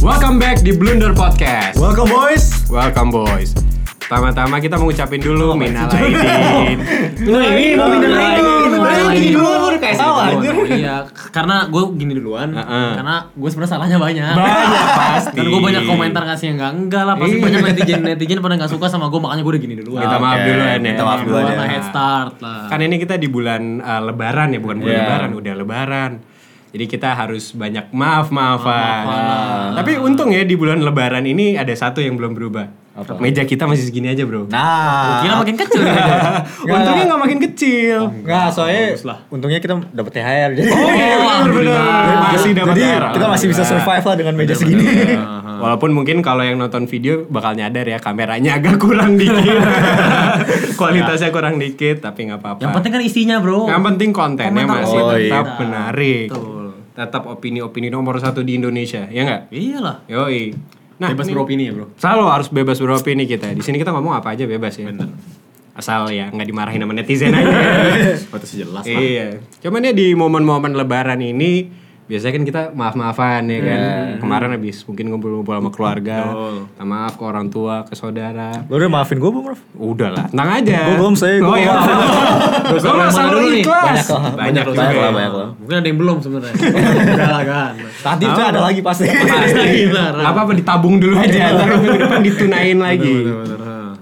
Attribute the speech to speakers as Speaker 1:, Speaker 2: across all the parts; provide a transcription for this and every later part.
Speaker 1: Welcome back di Blunder Podcast.
Speaker 2: Welcome boys.
Speaker 1: Welcome boys. Pertama-tama kita mengucapin
Speaker 2: Oh,
Speaker 1: dulu minal aidin.
Speaker 2: Iya,
Speaker 3: ini mau minum lagi,
Speaker 2: minum lagi.
Speaker 3: tidur kayak sawah.
Speaker 1: Tidur.
Speaker 3: Iya, k- karena gue gini duluan,
Speaker 1: Heeh.
Speaker 3: karena gue sebenarnya salahnya banyak.
Speaker 1: Iya, Banyak pasti.
Speaker 3: Dan gue banyak komentar kasih yang enggak enggak lah, pasti
Speaker 1: Iya.
Speaker 3: banyak netizen netizen pada nggak suka sama gue, makanya gue udah gini duluan.
Speaker 1: Minta maaf
Speaker 2: Oke,
Speaker 1: dulu ya.
Speaker 2: minta maaf dulu
Speaker 3: Duluan
Speaker 2: ya.
Speaker 3: lah, head start lah.
Speaker 1: Kan ini kita di bulan uh, lebaran ya, bukan bulan
Speaker 2: Iya.
Speaker 1: lebaran, udah lebaran. Jadi kita harus banyak maaf-maafan.
Speaker 3: Maaf-maafan.
Speaker 1: Tapi untung ya di bulan lebaran ini ada satu yang belum berubah.
Speaker 2: Apa?
Speaker 1: Meja kita masih segini aja, Bro.
Speaker 2: Nah, iya.
Speaker 3: Gila makin kecil. ya.
Speaker 1: Untungnya nggak makin kecil.
Speaker 2: nggak soalnya untungnya kita dapat THR jadi.
Speaker 1: Oh iya, bener-bener.
Speaker 3: alhamdulillah.
Speaker 1: Masih dapat
Speaker 2: iya.
Speaker 1: Iya.
Speaker 2: Jadi
Speaker 1: THR,
Speaker 2: kita masih bisa
Speaker 1: alhamdulillah.
Speaker 2: survive lah dengan meja segini.
Speaker 1: Walaupun mungkin kalau yang nonton video bakal nyadar ya kameranya agak kurang dikit, kualitasnya kurang dikit, tapi nggak apa-apa.
Speaker 3: yang penting kan isinya, Bro.
Speaker 1: yang penting kontennya
Speaker 3: Komentar
Speaker 1: masih
Speaker 2: orang.
Speaker 1: tetap
Speaker 3: Iya.
Speaker 1: menarik,
Speaker 3: Betul.
Speaker 1: tetap opini-opini nomor satu di Indonesia, ya nggak?
Speaker 3: Iya lah.
Speaker 1: Yoi.
Speaker 3: Bebas
Speaker 1: Nah, ini-
Speaker 3: beropini ya, Bro.
Speaker 1: Selalu harus bebas beropini kita. Di sini kita ngomong apa aja bebas ya. Asal ya nggak dimarahin sama netizen aja.
Speaker 3: Batas jelas.
Speaker 1: Iya. Cuman ya di momen-momen lebaran ini biasanya kan kita maaf-maafan ya kan. Kemarin habis mungkin ngumpul-ngumpul sama keluarga. Minta maaf ke orang tua, ke saudara.
Speaker 2: Lo udah maafin gue belum, Prof?
Speaker 1: Udah lah, tenang aja.
Speaker 2: Gua belum, saya
Speaker 1: Oh
Speaker 2: gua
Speaker 1: iya.
Speaker 2: belum.
Speaker 1: Gua
Speaker 3: Gua
Speaker 1: selalu
Speaker 3: dulu nih.
Speaker 1: ikhlas.
Speaker 2: Banyak lah,
Speaker 1: Banyak
Speaker 2: banyak
Speaker 1: juga.
Speaker 2: lah,
Speaker 1: ya.
Speaker 2: banyak lah.
Speaker 3: Mungkin ada yang belum sebenarnya. Udah lah kan.
Speaker 2: Tadi tuh ada lagi pasti.
Speaker 3: Benar.
Speaker 1: Apa apa Iya. ditabung dulu aja, ntar minggu depan Iya, ditunain lagi.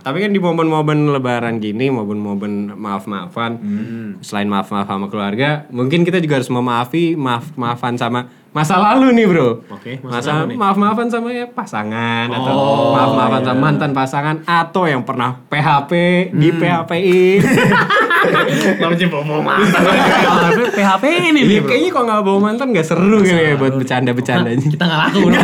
Speaker 1: Tapi kan di momen-momen lebaran gini, momen-momen maaf-maafan, selain maaf-maaf sama keluarga, mungkin kita juga harus memaafi maaf-maafan sama masa lalu nih bro.
Speaker 3: Oke,
Speaker 1: masa, Oh, maaf-maafan sama ya pasangan atau maaf-maafan sama mantan pasangan atau yang pernah PHP di PHP-in.
Speaker 3: Baru jempol mau mantan. PHP ini nih,
Speaker 1: Iya,
Speaker 3: Bro.
Speaker 1: kayaknya kalau nggak bawa mantan nggak seru kayaknya buat bercanda-bercandanya.
Speaker 3: Kita nggak laku, Bro.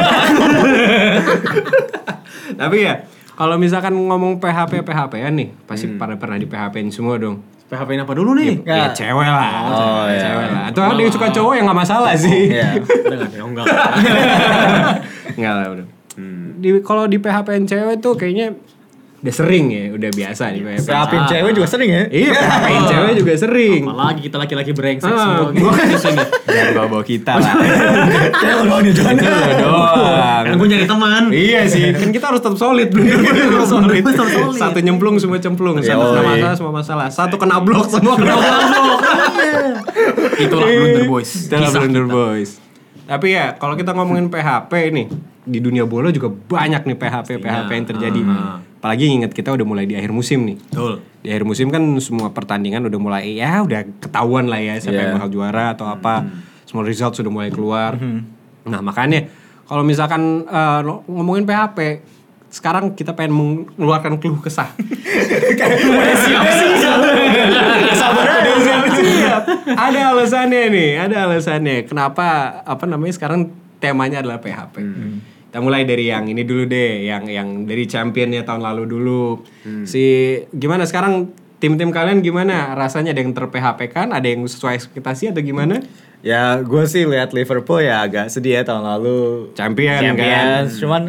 Speaker 1: Tapi ya, kalau misalkan ngomong PHP PHP an nih, pasti
Speaker 2: Hmm.
Speaker 1: pada pernah di PHP-in semua dong.
Speaker 3: PHP apa dulu nih?
Speaker 1: Ya, cewek lah.
Speaker 2: Oh,
Speaker 1: cewek,
Speaker 2: iya.
Speaker 1: cewek lah. Atau ada yang suka cowok yang nggak masalah sih.
Speaker 2: Iya.
Speaker 3: Udah nggak ada, enggak.
Speaker 1: Enggak lah udah.
Speaker 2: Hmm.
Speaker 1: Di kalau di PHP-in cewek tuh kayaknya udah sering ya, udah biasa di PHP.
Speaker 2: Siapin cewek juga sering ya.
Speaker 1: Nah. Iya, PHP-in cewek juga sering.
Speaker 3: Apalagi kita laki-laki brengsek
Speaker 1: Ah,
Speaker 3: semua gitu.
Speaker 1: gua-
Speaker 3: di sini.
Speaker 1: Jangan bawa-bawa kita lah.
Speaker 2: Cewek lo doang, jangan.
Speaker 1: Itu doang.
Speaker 3: Kan gue nyari teman.
Speaker 1: Iya sih, kan kita harus tetap solid,
Speaker 2: Iya,
Speaker 1: bener harus solid.
Speaker 3: Tetap solid.
Speaker 1: Satu nyemplung semua cemplung, satu kena
Speaker 2: Yoi.
Speaker 1: masalah semua masalah, satu kena blok semua kena blok.
Speaker 3: Itulah Blunder Boys.
Speaker 1: Itulah Blunder Boys. Tapi ya, kalau kita ngomongin PHP nih, di dunia bola juga banyak nih PHP PHP yang terjadi. Apalagi ingat kita udah mulai di akhir musim nih.
Speaker 3: Ah. Betul.
Speaker 1: Di akhir musim kan semua pertandingan udah mulai ya udah ketahuan lah ya siapa yang
Speaker 3: Iya.
Speaker 1: bakal juara atau apa.
Speaker 3: Hmm.
Speaker 1: Semua result sudah mulai keluar. Nah, makanya kalau misalkan eh, lo- ngomongin PHP sekarang kita pengen mengeluarkan keluh kesah.
Speaker 2: Sabar aja.
Speaker 1: Siap. ada alasannya nih, ada alasannya. Kenapa apa namanya sekarang temanya adalah PHP.
Speaker 2: Hmm.
Speaker 1: Kita mulai dari yang ini dulu deh, yang yang dari championnya tahun lalu dulu.
Speaker 2: Hmm.
Speaker 1: Si gimana sekarang tim-tim kalian gimana? Rasanya ada yang ter-PHP kan? Ada yang sesuai ekspektasi atau gimana?
Speaker 2: Ya, gue sih lihat Liverpool ya agak sedih ya tahun lalu.
Speaker 1: Champion, kan.
Speaker 2: Champions, cuman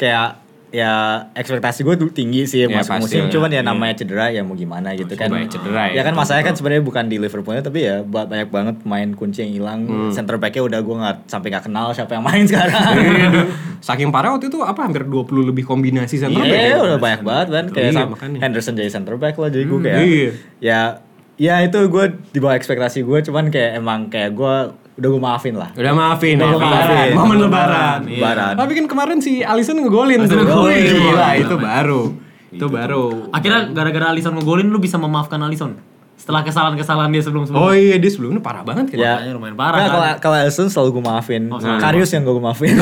Speaker 2: kayak ya ekspektasi gue tuh tinggi sih
Speaker 1: Ya,
Speaker 2: masuk
Speaker 1: pasti
Speaker 2: musim
Speaker 1: lah.
Speaker 2: cuman ya namanya cedera ya mau gimana gitu kan
Speaker 1: banyak cedera ya,
Speaker 2: ya kan masalahnya kan sebenarnya bukan di Liverpoolnya tapi ya ba- banyak banget main kunci yang hilang
Speaker 1: Hmm.
Speaker 2: center backnya udah gue nggak sampai nggak kenal siapa yang main
Speaker 1: Iya,
Speaker 2: sekarang
Speaker 1: Saking parah waktu itu apa hampir 20 lebih kombinasi center back ya?
Speaker 2: Hmm. Iya, udah banyak banget kan kayak
Speaker 1: Iya,
Speaker 2: sam-
Speaker 1: makanya.
Speaker 2: Henderson jadi center back lah jadi gue kayak
Speaker 1: iya.
Speaker 2: ya ya itu gue di bawah ekspektasi gue cuman kayak emang kayak gue udah gue maafin lah
Speaker 1: Udah maafin ya,
Speaker 2: Momen lebaran.
Speaker 1: momen lebaran.
Speaker 2: Iya. Lebaran.
Speaker 1: Tapi kan kemarin si Alisson ngegolin tuh.
Speaker 3: ngegolin.
Speaker 1: Wih, Gila,
Speaker 3: Gila,
Speaker 1: itu baru. Itu baru.
Speaker 3: Akhirnya gara-gara Alisson ngegolin lu bisa memaafkan Alisson. Setelah kesalahan-kesalahan dia sebelum-sebelum.
Speaker 1: Oh iya, dia sebelumnya parah banget kan.
Speaker 2: ya
Speaker 3: Makanya lumayan parah,
Speaker 2: Nggak,
Speaker 3: kan? Oh,
Speaker 2: kalau kalau Elson selalu gue maafin
Speaker 3: selalu.
Speaker 2: Karius yang gue maafin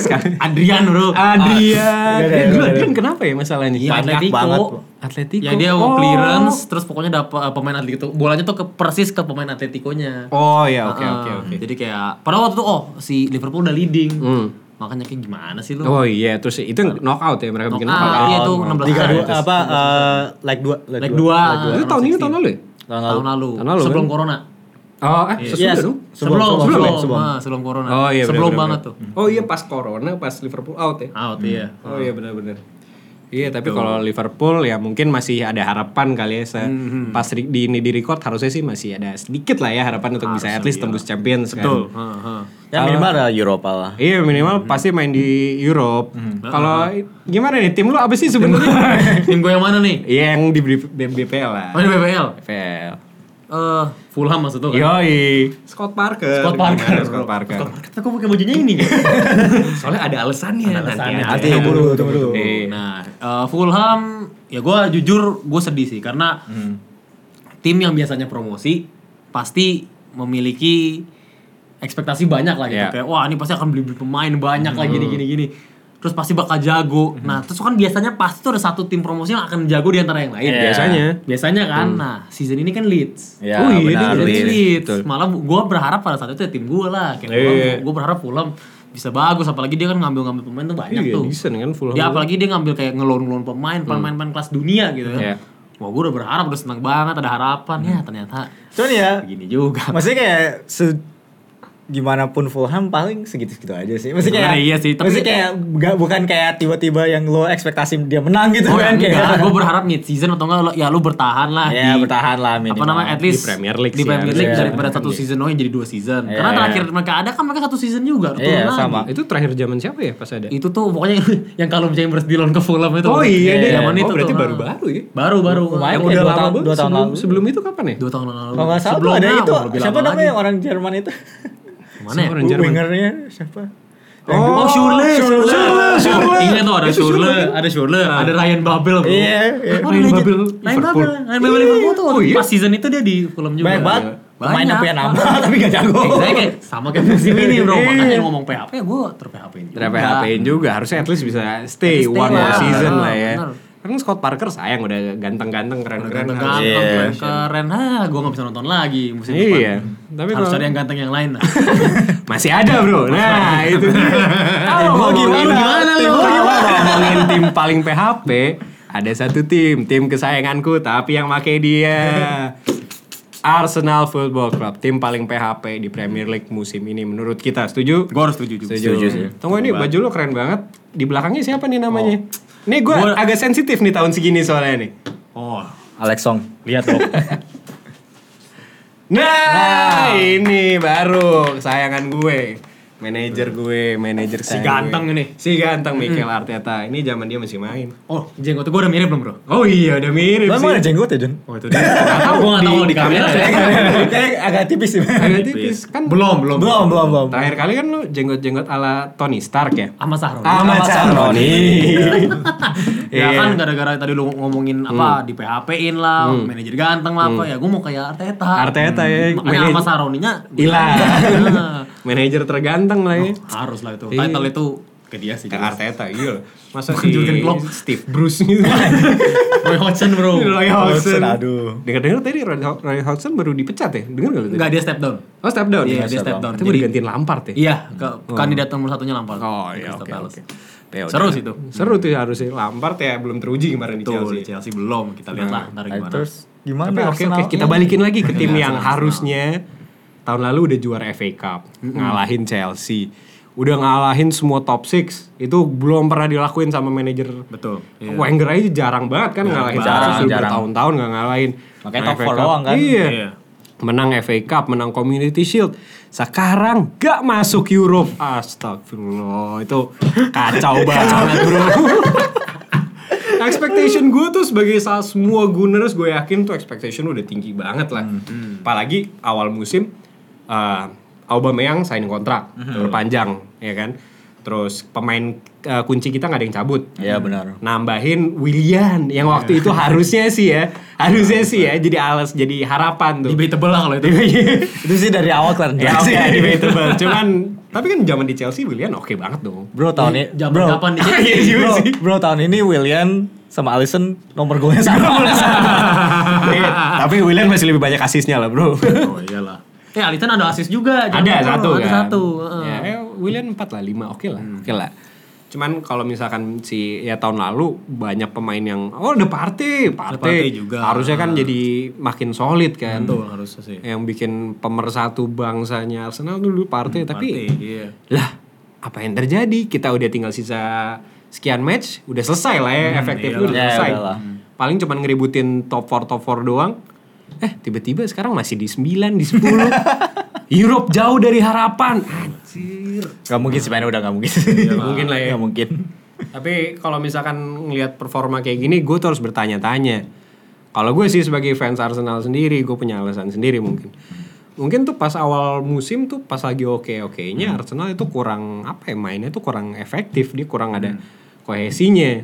Speaker 1: Sekarang
Speaker 3: Adrian, Bro.
Speaker 1: Ah, Adrian.
Speaker 2: Iya, iya,
Speaker 1: Eh,
Speaker 2: iya,
Speaker 1: dulu
Speaker 2: iya.
Speaker 1: Adrian kenapa ya masalahnya?
Speaker 3: Iya,
Speaker 1: Banyak
Speaker 3: Atletico.
Speaker 1: banget. Atletico.
Speaker 3: Ya dia mau
Speaker 1: Oh.
Speaker 3: clearance terus pokoknya dapat pemain Atletico. Bolanya tuh ke persis ke pemain Atletico-nya.
Speaker 1: Oh iya, oke
Speaker 3: Heeh.
Speaker 1: oke oke. Hmm.
Speaker 3: Jadi kayak padahal waktu itu oh si Liverpool udah leading. Makanya kayak gimana sih lu?
Speaker 1: Oh iya, terus itu knockout ya mereka bikin knockout.
Speaker 3: Ah, iya tuh 16
Speaker 2: tiga
Speaker 3: besar
Speaker 2: dua
Speaker 3: ya, terus.
Speaker 2: apa eh, leg dua
Speaker 1: iya,
Speaker 3: Leg dua.
Speaker 1: Oh, Itu tahun ini tahun lalu ya?
Speaker 2: Tahun lalu.
Speaker 3: Tahun lalu.
Speaker 1: Tahun lalu,
Speaker 3: sebelum
Speaker 1: kan?
Speaker 3: corona.
Speaker 1: Oh, eh
Speaker 2: Iya,
Speaker 1: sesudah dong.
Speaker 2: sebelum
Speaker 3: Sebelum sebelum
Speaker 2: sebelum
Speaker 3: ah, sebelum,
Speaker 2: sebelum.
Speaker 3: corona.
Speaker 1: Oh iya,
Speaker 3: sebelum
Speaker 1: benar-benar.
Speaker 3: banget tuh.
Speaker 1: Oh iya pas corona, pas Liverpool out ya.
Speaker 3: Out iya.
Speaker 1: Oh iya benar-benar. Iya, tapi kalau Liverpool ya mungkin masih ada harapan kali ya. Se- Pas ri- di ini di record harusnya sih masih ada sedikit lah ya harapan untuk bisa at least tembus Champions kan.
Speaker 3: Betul. Ha, ha.
Speaker 2: Ya minimal ada Eropa lah.
Speaker 1: Iya minimal pasti main di Europe. Kalau gimana nih tim lu apa sih sebenarnya?
Speaker 3: Tim gue yang mana nih?
Speaker 1: Iya yang di B- B- BPL lah.
Speaker 3: Oh, ini BPL.
Speaker 1: BPL.
Speaker 3: Eh, Fulham maksud tuh kan?
Speaker 1: Yoi. Scott Parker.
Speaker 3: Scott
Speaker 1: Gimana
Speaker 3: Parker.
Speaker 1: Scott Parker.
Speaker 3: Tapi kok pakai bajunya ini? Soalnya ada alasannya nanti.
Speaker 2: alasannya.
Speaker 3: aja.
Speaker 2: Nanti, tunggu dulu, tunggu dulu.
Speaker 1: Iya.
Speaker 3: Nah, eh, Fulham ya gue jujur gue sedih sih karena
Speaker 1: Hmm.
Speaker 3: tim yang biasanya promosi pasti memiliki ekspektasi banyak lah gitu
Speaker 1: Iya. Hmm.
Speaker 3: kayak wah ini pasti akan beli beli pemain banyak lah gini gini gini terus pasti bakal jago. Nah terus kan biasanya pasti tuh ada satu tim promosi yang akan jago di antara yang lain.
Speaker 2: Iya.
Speaker 1: Biasanya.
Speaker 3: Biasanya kan. Nah season ini kan Leeds.
Speaker 2: Ya,
Speaker 1: Oh Hmm. iya,
Speaker 2: benar.
Speaker 1: dia
Speaker 3: Leeds,
Speaker 1: Leeds.
Speaker 3: Leeds.
Speaker 1: Betul.
Speaker 3: Malah gue berharap pada saat itu ya tim gue lah. Kayak
Speaker 1: Iya.
Speaker 3: gue berharap Fulham bisa bagus. Apalagi dia kan ngambil-ngambil pemain tuh banyak
Speaker 1: Iya,
Speaker 3: tuh.
Speaker 1: decent kan Fulham.
Speaker 3: Dia apalagi dia ngambil kayak ngelon-ngelon pemain,
Speaker 2: Hmm.
Speaker 3: pemain-pemain kelas dunia gitu kan.
Speaker 1: Iya.
Speaker 3: Wah gue udah berharap, udah seneng banget, ada harapan. Ya
Speaker 2: Hmm.
Speaker 3: ternyata
Speaker 2: Cuman ya
Speaker 3: begini juga.
Speaker 2: Maksudnya kayak se gimana pun Fulham paling segitu-segitu aja sih. Maksudnya kayak
Speaker 3: Sebenarnya iya sih, tapi-
Speaker 2: maksudnya kayak nggak- bukan kayak tiba-tiba yang lo ekspektasi dia menang gitu
Speaker 3: Oh ya
Speaker 2: kan
Speaker 3: enggak,
Speaker 2: kayak.
Speaker 3: gue berharap mid season atau enggak lo- ya lu bertahan lah
Speaker 2: Ya,
Speaker 3: di-
Speaker 2: bertahan lah
Speaker 3: apa
Speaker 2: minimal.
Speaker 3: namanya at
Speaker 1: Di
Speaker 3: least
Speaker 1: Premier League
Speaker 3: di
Speaker 1: sih
Speaker 3: Premier
Speaker 1: harusnya.
Speaker 3: League
Speaker 2: Iya,
Speaker 3: daripada
Speaker 1: Premier
Speaker 3: satu season oh jadi dua season
Speaker 2: Iya,
Speaker 3: karena
Speaker 2: iya.
Speaker 3: terakhir mereka ada kan mereka satu season juga turun
Speaker 2: Iya,
Speaker 3: lagi.
Speaker 2: sama.
Speaker 1: Itu terakhir zaman siapa ya pas ada?
Speaker 3: itu tuh pokoknya yang kalau Chambers di loan ke Fulham itu
Speaker 1: Oh iya,
Speaker 3: Iya,
Speaker 1: dia.
Speaker 3: zaman
Speaker 1: Oh,
Speaker 3: itu
Speaker 1: berarti
Speaker 3: tuh.
Speaker 1: baru-baru ya?
Speaker 3: baru baru
Speaker 2: Lumayan ya,
Speaker 3: yang udah
Speaker 2: dua
Speaker 3: lama
Speaker 2: tahun.
Speaker 1: Sebelum-
Speaker 2: lalu.
Speaker 1: Sebelum itu kapan ya?
Speaker 3: dua tahun lalu
Speaker 2: Kalau nggak salah tuh ada
Speaker 3: Sebelumnya,
Speaker 2: itu.
Speaker 3: wah, lebih
Speaker 2: Siapa
Speaker 3: lama
Speaker 2: namanya
Speaker 3: lagi.
Speaker 2: orang Jerman itu?
Speaker 3: mana ya
Speaker 1: Orang Jerman.
Speaker 2: Wingernya siapa?
Speaker 3: Oh, Schürrle,
Speaker 1: Schürrle,
Speaker 3: Schürrle,
Speaker 1: Schürrle.
Speaker 3: Ingat tuh ada
Speaker 1: Itu
Speaker 3: Schürrle, ada Schürrle, ada Ryan Babel. bro.
Speaker 2: Iya, iya.
Speaker 3: Oh,
Speaker 1: Ryan
Speaker 3: legend.
Speaker 1: Babel,
Speaker 3: Ryan
Speaker 1: Liverpool.
Speaker 3: Babel, Ryan Babel Liverpool tuh.
Speaker 1: Oh, iya?
Speaker 3: Pas season itu dia di Fulham juga.
Speaker 2: Banyak banget.
Speaker 3: Banyak. Iya,
Speaker 2: Pemain yang punya nama tapi gak jago.
Speaker 3: Saya kayak sama kayak musim ini bro,
Speaker 1: Iya.
Speaker 3: makanya ngomong PHP ya gue ter-PHP ini.
Speaker 1: Udah PHP-in juga, harusnya at least bisa stay,
Speaker 3: At least stay
Speaker 1: one more
Speaker 3: lah.
Speaker 1: season lah ya.
Speaker 3: Bener.
Speaker 1: Karena Scott Parker sayang udah ganteng-ganteng keren-keren.
Speaker 3: Ganteng-ganteng,
Speaker 2: Iya.
Speaker 3: keren, keren. Ah, gue gak bisa nonton lagi musim depan.
Speaker 1: Iya, tapi
Speaker 3: Harus
Speaker 1: kalau-
Speaker 3: cari yang ganteng yang lain. lah.
Speaker 1: Masih ada bro. Nah itu dia. Kalau
Speaker 2: Tim lu
Speaker 1: ngomongin-
Speaker 2: gimana? Tim lu
Speaker 1: Kalau
Speaker 2: gimana?
Speaker 1: ngomongin tim paling PHP, ada satu tim, tim kesayanganku tapi yang make dia. Arsenal Football Club, tim paling PHP di Premier League musim ini menurut kita. Setuju?
Speaker 3: Gue harus setuju juga.
Speaker 1: Setuju.
Speaker 2: sih.
Speaker 1: Tunggu ini baju lo keren banget. Di belakangnya siapa nih namanya? Nih gue
Speaker 3: Gua-
Speaker 1: agak sensitif nih tahun segini soalnya nih.
Speaker 3: Oh,
Speaker 2: Alex Song.
Speaker 3: lihat bro.
Speaker 1: Nah, ini baru kesayangan gue. Manajer gue, manajer si
Speaker 3: ganteng ini.
Speaker 1: Si ganteng Mikel Arteta. Ini zaman dia masih main.
Speaker 3: Oh, jenggot gue udah mirip belum bro?
Speaker 1: Oh iya, udah mirip
Speaker 2: Lo emang ada
Speaker 1: sih.
Speaker 2: jenggot ya, Jun?
Speaker 3: Oh itu dia. Gue gak tau kalau di kamera.
Speaker 2: Kayak agak tipis sih.
Speaker 1: Agak tipis kan.
Speaker 3: Belum, belum.
Speaker 2: Belum, belum, belum.
Speaker 1: Terakhir kali kan lu jenggot-jenggot ala Tony Stark ya?
Speaker 3: Sama Sahron.
Speaker 2: Sama Caroni.
Speaker 1: Iya.
Speaker 3: Ya
Speaker 1: Hmm.
Speaker 3: kan gara-gara tadi lu ngomongin apa di PHP-in lah, manajer ganteng lah apa ya gue mau kayak Arteta. Hmm.
Speaker 1: Arteta ya,
Speaker 3: Makanya
Speaker 1: manajer-
Speaker 3: sama Saroninya
Speaker 1: Hilang. Manajer terganteng lah ya.
Speaker 3: Nah, Harus lah itu.
Speaker 1: Iya.
Speaker 3: Title itu ke dia sih.
Speaker 1: Ke Arteta, iya. loh. Masa
Speaker 3: Bukan
Speaker 1: si
Speaker 3: Jurgen Klopp.
Speaker 1: Steve Bruce gitu.
Speaker 3: Roy Hodgson bro.
Speaker 1: Roy Hodgson.
Speaker 2: Hodgson, aduh.
Speaker 1: Dengar-dengar tadi Roy Roy Hodgson baru dipecat ya? Dengar nggak lu tadi?
Speaker 3: Enggak dia step down.
Speaker 1: Oh step down.
Speaker 3: Iya,
Speaker 1: ya?
Speaker 3: dia step down.
Speaker 1: Itu mau
Speaker 3: Jadi-
Speaker 1: digantiin Lampard ya?
Speaker 3: Iya, ke kandidat nomor satunya Lampard.
Speaker 1: Oh iya
Speaker 3: Crystal
Speaker 1: oke
Speaker 3: Palace.
Speaker 1: oke. Ya, udah.
Speaker 3: Seru sih itu.
Speaker 1: Seru tuh harusnya Lampard ya belum teruji kemarin di
Speaker 3: Tuh Chelsea.
Speaker 1: Chelsea. Hmm.
Speaker 3: Chelsea belum, kita lihat lah ntar gimana.
Speaker 2: Terus
Speaker 1: Tapi
Speaker 2: gimana
Speaker 1: oke oke
Speaker 2: Arsenal?
Speaker 1: kita balikin lagi ke tim yang
Speaker 3: Arsenal, Iya, Arsenal.
Speaker 1: harusnya tahun lalu udah juara FA Cup, ngalahin Chelsea. Udah ngalahin semua top 6 itu belum pernah dilakuin sama manajer
Speaker 3: Betul. Iya.
Speaker 1: Wenger aja jarang banget kan ngalahin
Speaker 2: banget.
Speaker 1: Chelsea sudah
Speaker 2: Jarang,
Speaker 1: bertahun-tahun nggak ngalahin.
Speaker 2: Makanya
Speaker 1: Menang
Speaker 2: top
Speaker 1: FA
Speaker 2: four
Speaker 1: Cup.
Speaker 2: doang kan?
Speaker 1: Iya.
Speaker 3: Iya.
Speaker 1: Menang FA Cup, menang Community Shield. Sekarang gak masuk Europe. Astagfirullah, itu kacau banget bro. expectation gue tuh sebagai salah semua Gunners gue yakin tuh expectation udah tinggi banget lah.
Speaker 2: Hmm.
Speaker 1: Apalagi awal musim eh, Aubameyang signing kontrak
Speaker 2: Hmm.
Speaker 1: berpanjang ya kan. Terus pemain eh, kunci kita nggak ada yang cabut
Speaker 2: Iya benar.
Speaker 1: nambahin William yang waktu itu harusnya sih ya harusnya sih ya jadi alas jadi harapan tuh
Speaker 3: Debatable lah kalau itu.
Speaker 2: Itu sih dari awal kan.
Speaker 1: ya oke debatable cuman tapi kan zaman di Chelsea William oke banget dong
Speaker 2: Bro tahun ini
Speaker 3: Zaman
Speaker 2: bro,
Speaker 3: kapan di
Speaker 1: Iya juga
Speaker 2: bro,
Speaker 1: sih.
Speaker 2: bro, tahun ini William sama Alisson nomor golnya sama.
Speaker 1: Eh, tapi William masih lebih banyak asisnya lah bro
Speaker 3: Oh iyalah. Eh Alitan ada asis juga. jangan
Speaker 1: ada
Speaker 3: lupa,
Speaker 1: satu
Speaker 3: Ada
Speaker 1: kan
Speaker 3: satu. heeh.
Speaker 1: ya eh, William empat lah lima oke
Speaker 3: Hmm.
Speaker 1: lah oke lah cuman kalau misalkan si ya tahun lalu banyak pemain yang oh udah party party
Speaker 3: Partey juga.
Speaker 1: harusnya kan jadi makin solid kan
Speaker 3: Betul harusnya sih.
Speaker 1: yang bikin pemersatu bangsanya
Speaker 3: Hmm,
Speaker 1: Arsenal dulu partai tapi
Speaker 3: Partey, iya.
Speaker 1: lah apa yang terjadi kita udah tinggal sisa sekian match udah selesai lah ya efektifnya udah
Speaker 2: iyalah. Ya,
Speaker 1: selesai.
Speaker 2: udahlah.
Speaker 1: Paling cuman ngeributin top 4 top 4 doang. Eh tiba-tiba sekarang masih di 9 di 10. Europe jauh dari harapan. Anjir.
Speaker 2: Gak mungkin sih mainnya udah gak mungkin.
Speaker 1: Gak mungkin lah ya.
Speaker 2: Gak Iya, mungkin.
Speaker 1: Tapi kalau misalkan ngelihat performa kayak gini, gue terus bertanya-tanya. Kalau gue sih sebagai fans Arsenal sendiri, gue punya alasan sendiri mungkin. Mungkin tuh pas awal musim tuh pas lagi oke-okenya Arsenal itu kurang apa ya mainnya tuh kurang efektif, dia kurang ada kohesinya.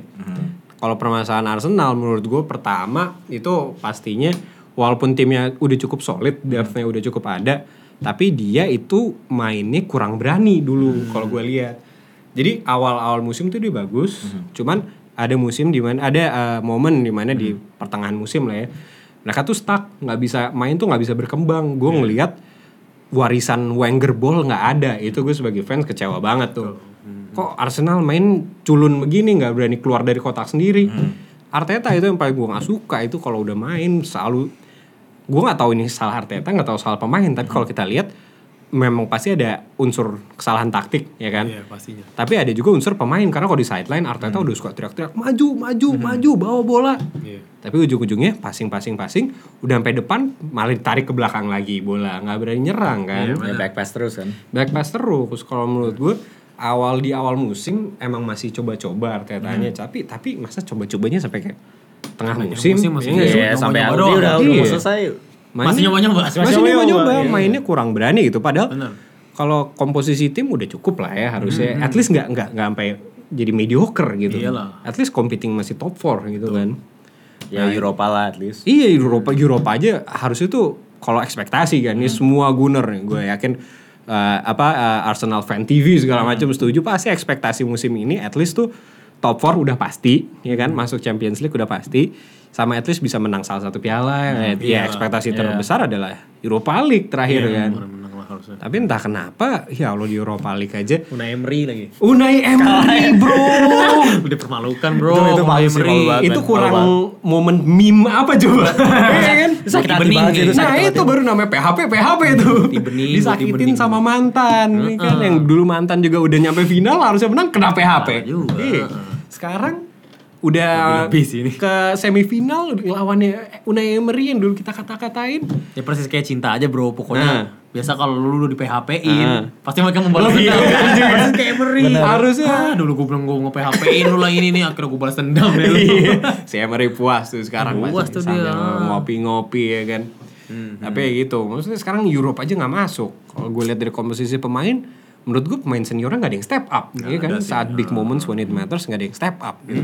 Speaker 1: Kalau permasalahan Arsenal menurut gue pertama itu pastinya walaupun timnya udah cukup solid, draftnya udah cukup ada, tapi dia itu mainnya kurang berani dulu kalau gue lihat. Jadi awal-awal musim tuh dia bagus, cuman ada musim di mana ada eh, momen di mana di pertengahan musim lah ya. Mereka tuh stuck, nggak bisa main tuh nggak bisa berkembang. Gue ngelihat warisan Wenger Ball nggak ada. Itu gue sebagai fans kecewa banget tuh. Kok Arsenal main culun begini nggak berani keluar dari kotak sendiri. Arteta itu yang paling gue nggak suka itu kalau udah main selalu gue nggak tahu ini salah Arteta nggak tahu salah pemain tapi kalau kita lihat memang pasti ada unsur kesalahan taktik ya kan
Speaker 3: Iya, pastinya.
Speaker 1: tapi ada juga unsur pemain karena kalau di sideline Arteta udah suka teriak-teriak maju maju maju bawa bola
Speaker 3: Hmm. Iya.
Speaker 1: tapi ujung-ujungnya passing passing passing udah sampai depan malah ditarik ke belakang lagi bola nggak berani nyerang kan
Speaker 3: Iya,
Speaker 2: Ya backpass terus kan.
Speaker 1: back pass terus kalau menurut gue awal di awal musim emang masih coba-coba Artetanya
Speaker 3: Hmm.
Speaker 1: tapi tapi masa coba-cobanya sampai kayak tengah musim,
Speaker 3: musim masih
Speaker 1: nggak sih?
Speaker 2: Iya
Speaker 3: nyoba-nyoba
Speaker 2: sampai
Speaker 3: doang.
Speaker 2: udah udah
Speaker 1: Iya.
Speaker 2: mau selesai.
Speaker 1: Main-
Speaker 3: Masih nyoba-nyoba.
Speaker 1: masih,
Speaker 2: Masih
Speaker 1: nyoba nyoba
Speaker 2: nyoba, iya.
Speaker 1: mainnya kurang berani gitu padahal
Speaker 3: Bener.
Speaker 1: kalau komposisi tim udah cukup lah ya
Speaker 3: Hmm,
Speaker 1: harusnya at least nggak nggak nggak sampai jadi mediocre gitu
Speaker 3: Iyalah.
Speaker 1: at least competing masih top 4 gitu kan
Speaker 2: Ya Europa lah at least.
Speaker 1: iya Eropa Eropa aja harusnya tuh kalau ekspektasi kan ini semua Gunner nih gue yakin eh, apa eh, Arsenal fan TV segala macam setuju pasti ekspektasi musim ini at least tuh top 4 udah pasti ya kan masuk Champions League udah pasti sama at least bisa menang salah satu piala Eh, ya ekspektasi terbesar adalah Europa League terakhir kan
Speaker 3: Orang menang lah harusnya.
Speaker 1: tapi entah kenapa ya Allah di Europa League aja
Speaker 3: Unai Emery lagi.
Speaker 1: Unai Emery bro
Speaker 3: Udah dipermalukan bro.
Speaker 2: Itu- itu
Speaker 3: Unai
Speaker 2: malu sih,
Speaker 3: Emery.
Speaker 2: malu banget.
Speaker 1: itu kurang momen meme apa coba Iya kan
Speaker 2: Sakit hati
Speaker 3: bening
Speaker 2: banget sih
Speaker 3: nih.
Speaker 2: itu sakit
Speaker 1: nah
Speaker 2: hati.
Speaker 1: itu baru namanya PHP PHP itu
Speaker 3: bening,
Speaker 1: disakitin
Speaker 3: putih bening.
Speaker 1: sama mantan ya kan yang dulu mantan juga udah nyampe final harusnya menang kena PHP
Speaker 3: Parah juga.
Speaker 1: Iya. sekarang udah
Speaker 3: Lebih-lebih sih ini.
Speaker 1: ke semifinal lawannya Unai Emery yang dulu kita kata-katain
Speaker 3: Ya persis kayak cinta aja
Speaker 1: Nah.
Speaker 3: bro. Pokoknya biasa kalau lu udah di PHP-in,
Speaker 1: Nah.
Speaker 3: pasti mereka membalas
Speaker 1: Iya,
Speaker 3: dendam.
Speaker 1: iya, iya.
Speaker 3: Persis kayak Emery.
Speaker 1: Bener. Harusnya.
Speaker 3: Ah, dulu gue bilang gue nge PHP-in lu lah ini nih. Akhirnya gue balas dendam ya. deh lu.
Speaker 1: si Emery puas tuh sekarang
Speaker 3: Puas
Speaker 1: pasti
Speaker 3: tuh
Speaker 1: sambil
Speaker 3: dia.
Speaker 1: ngopi-ngopi ya kan tapi ya gitu maksudnya sekarang Europe aja nggak masuk kalau gue lihat dari komposisi pemain menurut gue pemain seniornya nggak ada yang step up ya kan saat big moments when it matters nggak ada yang step up gitu.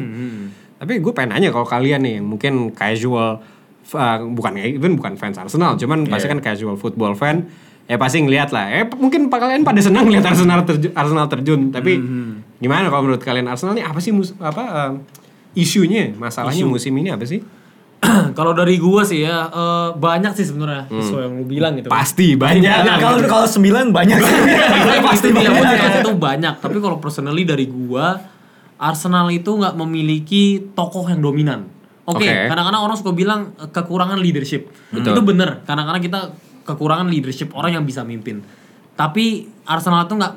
Speaker 1: tapi gue pengen nanya kalau kalian nih yang mungkin casual uh, bukan even bukan fans Arsenal cuman pasti kan casual football fan ya pasti ngeliat lah eh p- mungkin pa- kalian pada senang ngeliat Arsenal terjun, Arsenal terjun tapi gimana kalau menurut kalian Arsenal nih apa sih mus- apa uh, isunya masalahnya musim ini apa sih
Speaker 3: kalau dari gue sih ya, eh, banyak sih sebenarnya. Sesuai yang lu bilang gitu.
Speaker 1: Hmm. pasti
Speaker 2: Nah,
Speaker 1: banyak
Speaker 2: kalau kalau sembilan banyak.
Speaker 3: pasti
Speaker 2: Iya, Pasti kan?
Speaker 3: bilang
Speaker 2: banyak.
Speaker 3: podcast itu banyak tapi kalau personally dari gua Arsenal itu nggak memiliki tokoh yang dominan oke
Speaker 1: Oke.
Speaker 3: kadang-kadang orang suka bilang eh, kekurangan leadership itu bener kadang-kadang kita kekurangan leadership orang yang bisa mimpin tapi Arsenal itu nggak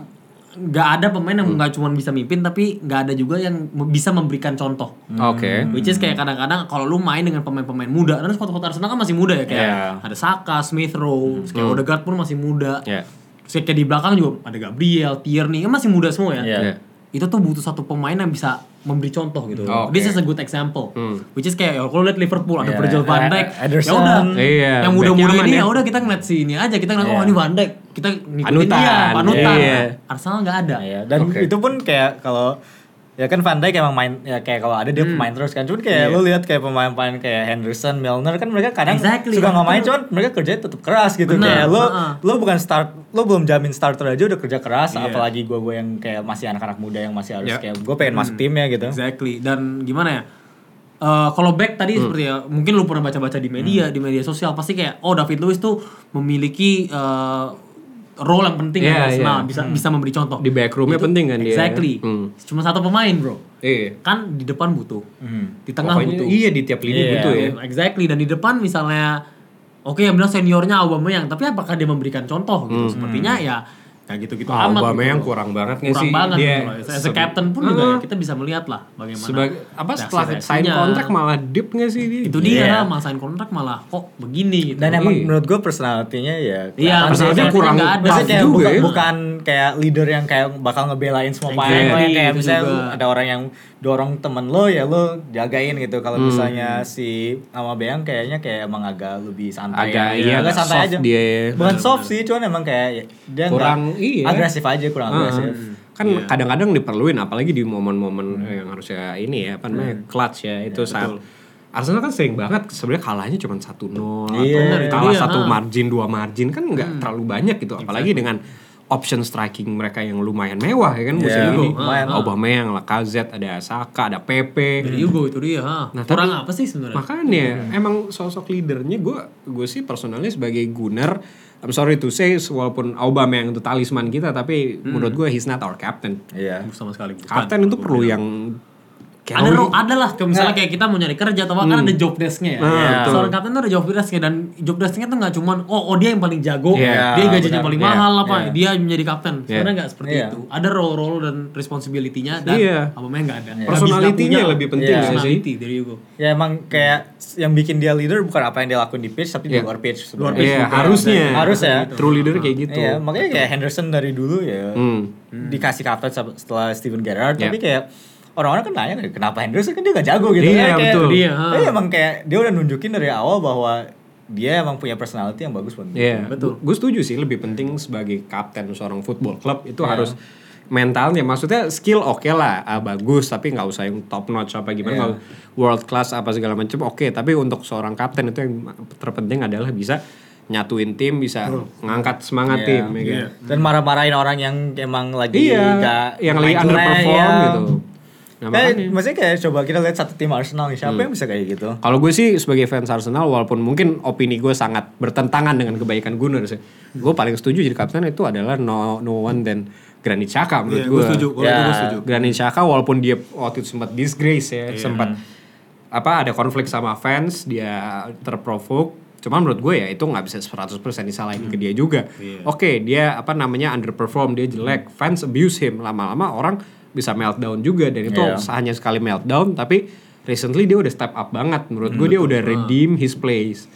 Speaker 3: nggak ada pemain yang nggak cuma bisa mimpin tapi nggak ada juga yang me- bisa memberikan contoh
Speaker 1: oke
Speaker 3: Which is kayak kadang-kadang kalau lu main dengan pemain-pemain muda, dan squad-squad Arsenal kan masih muda ya kayak
Speaker 1: Iya. Hmm,
Speaker 3: ada Saka, Smith Rowe, terus kayak Odegaard pun masih muda.
Speaker 1: Iya.
Speaker 3: Terus kayak di belakang juga ada Gabriel, Tierney, kan masih muda semua ya.
Speaker 2: Iya.
Speaker 1: Iya.
Speaker 3: Itu tuh butuh satu pemain yang bisa memberi contoh gitu.
Speaker 1: Oh, Oke. Hmm.
Speaker 3: This is a good example. Which is kayak ya, kalau lihat Liverpool ada
Speaker 2: Iya.
Speaker 3: Virgil van
Speaker 2: Eh,
Speaker 3: Dijk,
Speaker 2: Ederson.
Speaker 3: ya udah.
Speaker 1: Iya,
Speaker 3: Yang muda-muda
Speaker 1: back nyaman
Speaker 3: ini
Speaker 1: ya.
Speaker 3: ya udah kita ngeliat si ini aja, kita ngeliat
Speaker 2: Iya.
Speaker 3: oh ini van Dijk, kita ngikutin
Speaker 1: Panutan.
Speaker 3: dia, panutan.
Speaker 1: Iya.
Speaker 3: Arsenal nggak ada.
Speaker 2: Nah, ya. Dan
Speaker 1: Oke.
Speaker 2: itu pun kayak kalau ya kan Van Dijk emang main ya kayak kalau ada dia
Speaker 3: Hmm.
Speaker 2: pemain terus kan cuman
Speaker 3: Iya.
Speaker 2: kayak lo lihat kayak pemain-pemain kayak Henderson, Milner kan mereka kadang
Speaker 3: Exactly.
Speaker 2: suka nggak main cuman mereka kerjanya tetap keras gitu kayak
Speaker 3: Bener,
Speaker 2: lo
Speaker 3: heeh.
Speaker 2: lo bukan start lo belum jamin starter aja udah kerja keras
Speaker 3: Iya.
Speaker 2: apalagi gue gue yang kayak masih anak-anak muda yang masih harus
Speaker 1: Yep.
Speaker 2: kayak gue pengen masuk timnya gitu
Speaker 3: Ya. Hmm. Exactly. Dan gimana ya? Eh, kalau back tadi
Speaker 1: Hmm.
Speaker 3: seperti ya, mungkin lu pernah baca-baca di media, di media sosial pasti kayak oh David Luiz tuh memiliki eh, role yang penting
Speaker 1: Iya,
Speaker 3: di Arsenal,
Speaker 1: iya.
Speaker 3: bisa bisa memberi contoh.
Speaker 1: Di back room-nya penting kan dia,
Speaker 3: Exactly.
Speaker 1: ya? Hmm.
Speaker 3: Cuma satu pemain, Bro.
Speaker 1: iya
Speaker 3: Kan di depan butuh.
Speaker 2: Hmm.
Speaker 3: Di tengah
Speaker 1: Pokoknya
Speaker 3: butuh.
Speaker 1: iya di tiap lini
Speaker 2: Iya.
Speaker 1: butuh ya
Speaker 3: Exactly. Dan di depan
Speaker 1: Hmm.
Speaker 3: misalnya oke yang bilang seniornya Aubameyang, tapi apakah dia memberikan contoh gitu? Sepertinya ya
Speaker 1: Nah gitu-gitu
Speaker 3: Amat gitu.
Speaker 1: Aubameyang kurang banget nggak Iya
Speaker 3: kurang
Speaker 1: sih?
Speaker 3: banget
Speaker 1: dia
Speaker 3: gitu loh. As a
Speaker 1: sebe-
Speaker 3: captain pun juga ya.
Speaker 1: Heeh.
Speaker 3: kita bisa melihat lah bagaimana
Speaker 1: sebagai apa setelah sign
Speaker 3: reaksi-reaksinya.
Speaker 1: kontrak malah Iya. dip nggak sih dia?
Speaker 3: itu dia lah masain kontrak malah kok begini gitu
Speaker 2: Dan emang
Speaker 1: Iya.
Speaker 2: menurut gue personalitinya ya
Speaker 3: Iya,
Speaker 2: kelihatan sih.
Speaker 1: personality
Speaker 3: personalitinya
Speaker 1: kurang-
Speaker 3: nggak ada.
Speaker 1: Maksudnya
Speaker 2: Maksudnya
Speaker 1: Juga
Speaker 2: bukan,
Speaker 1: ya.
Speaker 2: bukan kayak leader yang kayak bakal ngebelain semua pemain
Speaker 3: Exactly,
Speaker 2: Yang kayak
Speaker 3: itu
Speaker 2: misalnya
Speaker 3: juga.
Speaker 2: lu- ada orang yang dorong temen lo ya lo jagain gitu kalau
Speaker 1: Hmm.
Speaker 2: misalnya si sama Beyang kayaknya kayak emang agak lebih santai
Speaker 1: Agak,
Speaker 2: aja.
Speaker 1: iya,
Speaker 2: agak
Speaker 1: agak
Speaker 2: santai
Speaker 1: soft
Speaker 2: aja
Speaker 1: dia ya.
Speaker 2: bukan soft sih cuman emang kayak ya, dia nggak-
Speaker 1: Kurang, iya.
Speaker 2: agresif aja kurang agresif
Speaker 1: kan
Speaker 2: Iya.
Speaker 1: kadang-kadang diperluin apalagi di momen-momen
Speaker 2: Hmm.
Speaker 1: eh, yang harusnya ini ya apa namanya clutch ya itu saat Arsenal kan sering banget sebenarnya kalahnya cuma 1-0
Speaker 2: Iya, Hmm.
Speaker 1: atau
Speaker 3: itu
Speaker 1: kalah
Speaker 3: dia,
Speaker 1: satu
Speaker 3: ha.
Speaker 1: margin dua margin kan nggak terlalu banyak gitu apalagi dengan option striking mereka yang lumayan mewah ya kan musim
Speaker 2: Iya,
Speaker 1: ini
Speaker 2: lumayan. Hmm. Iya,
Speaker 1: Aubameyang, Lacazette, ada Saka, ada Pepe.
Speaker 3: dari Hugo itu dia ha.
Speaker 1: Nah,
Speaker 3: kurang
Speaker 1: tapi-
Speaker 3: apa sih sebenarnya
Speaker 1: Makanya emang sosok leadernya gue gue sih personalnya sebagai Gunner I'm sorry to say walaupun Aubameyang itu talisman kita tapi
Speaker 2: Hmm.
Speaker 1: menurut gue he's not our captain.
Speaker 2: iya
Speaker 3: sama sekali bukan.
Speaker 1: Kapten itu perlu yang kayak
Speaker 3: Kan. ada
Speaker 1: lo-
Speaker 3: ro- ada lah kayak
Speaker 2: Nah.
Speaker 3: misalnya kayak kita mau nyari kerja atau apa kan
Speaker 2: Hmm.
Speaker 3: ada job desk-nya ya.
Speaker 1: Nah,
Speaker 3: Iya.
Speaker 1: betul.
Speaker 3: Seorang kapten tuh ada job desk-nya dan job desk-nya tuh nggak cuman oh, oh dia yang paling jago,
Speaker 2: Iya,
Speaker 3: dia gajinya
Speaker 2: benar.
Speaker 3: paling
Speaker 2: Iya,
Speaker 3: mahal apa,
Speaker 2: iya.
Speaker 3: dia menjadi kapten. Sebenarnya nggak seperti
Speaker 2: Iya.
Speaker 3: itu. Ada role-role dan responsibility-nya dan
Speaker 1: Iya.
Speaker 3: apa namanya nggak ada. Habis
Speaker 1: personality-nya
Speaker 3: nggak punya
Speaker 1: lebih penting
Speaker 2: Iya.
Speaker 1: nggak sih.
Speaker 3: personality dari Hugo.
Speaker 2: ya emang kayak yang bikin dia leader bukan apa yang dia lakuin di pitch tapi
Speaker 1: Iya.
Speaker 2: di luar pitch
Speaker 3: Luar
Speaker 2: sebenarnya.
Speaker 3: pitch.
Speaker 1: Iya,
Speaker 3: juga.
Speaker 1: harusnya.
Speaker 2: Harus ya.
Speaker 1: True leader kayak gitu.
Speaker 2: Iya, makanya kayak Henderson dari dulu ya
Speaker 1: Hmm.
Speaker 2: dikasih kapten sama- setelah Steven
Speaker 1: Iya.
Speaker 2: Gerrard, tapi kayak orang-orang kan nanya "Eh, kenapa Henderson kan dia gak jago gitu
Speaker 1: Iya,
Speaker 2: kan? Kayak-
Speaker 1: betul.
Speaker 3: Iya, ha.
Speaker 2: Tapi emang kayak dia udah nunjukin dari awal bahwa dia emang punya personality yang bagus buat
Speaker 1: Iya,
Speaker 3: Betul.
Speaker 1: Gue setuju sih lebih penting sebagai kapten seorang football club itu
Speaker 3: Iya.
Speaker 1: harus mentalnya maksudnya skill oke lah ah, bagus tapi nggak usah yang top notch apa
Speaker 3: Iya.
Speaker 1: gimana nggak- world class apa segala macam oke tapi untuk seorang kapten itu yang terpenting adalah bisa nyatuin tim bisa ngangkat semangat
Speaker 3: Iya.
Speaker 1: tim ya kan?
Speaker 2: Dan marah-marahin orang yang emang lagi
Speaker 1: iya
Speaker 2: gak
Speaker 1: yang lagi
Speaker 3: ya.
Speaker 1: underperform gitu
Speaker 3: Eh,
Speaker 1: nah,
Speaker 2: Kayak,
Speaker 1: makanya-
Speaker 2: maksudnya kayak coba kita lihat satu tim Arsenal nih, siapa
Speaker 1: Hmm.
Speaker 2: yang bisa kayak gitu?
Speaker 1: Kalau gue sih sebagai fans Arsenal walaupun mungkin opini gue sangat bertentangan dengan kebaikan Gunnar sih. Gue paling setuju jadi kapten itu adalah no no one dan Granit Xhaka
Speaker 4: Iya,
Speaker 1: menurut gue.
Speaker 4: gue setuju. Kalau itu
Speaker 2: Ya.
Speaker 4: gue setuju. Iya.
Speaker 1: Granit Xhaka walaupun dia waktu itu sempat disgrace ya, sempat apa ada konflik sama fans, dia terprovok. Cuman menurut gue ya itu nggak bisa 100% disalahin ke dia juga.
Speaker 4: Iya.
Speaker 1: Oke, dia apa namanya underperform, dia jelek, fans abuse him. Lama-lama orang bisa meltdown juga dan itu
Speaker 2: Iya.
Speaker 1: hanya sekali meltdown tapi recently dia udah step up banget menurut gue dia
Speaker 3: Hmm.
Speaker 1: udah redeem his place.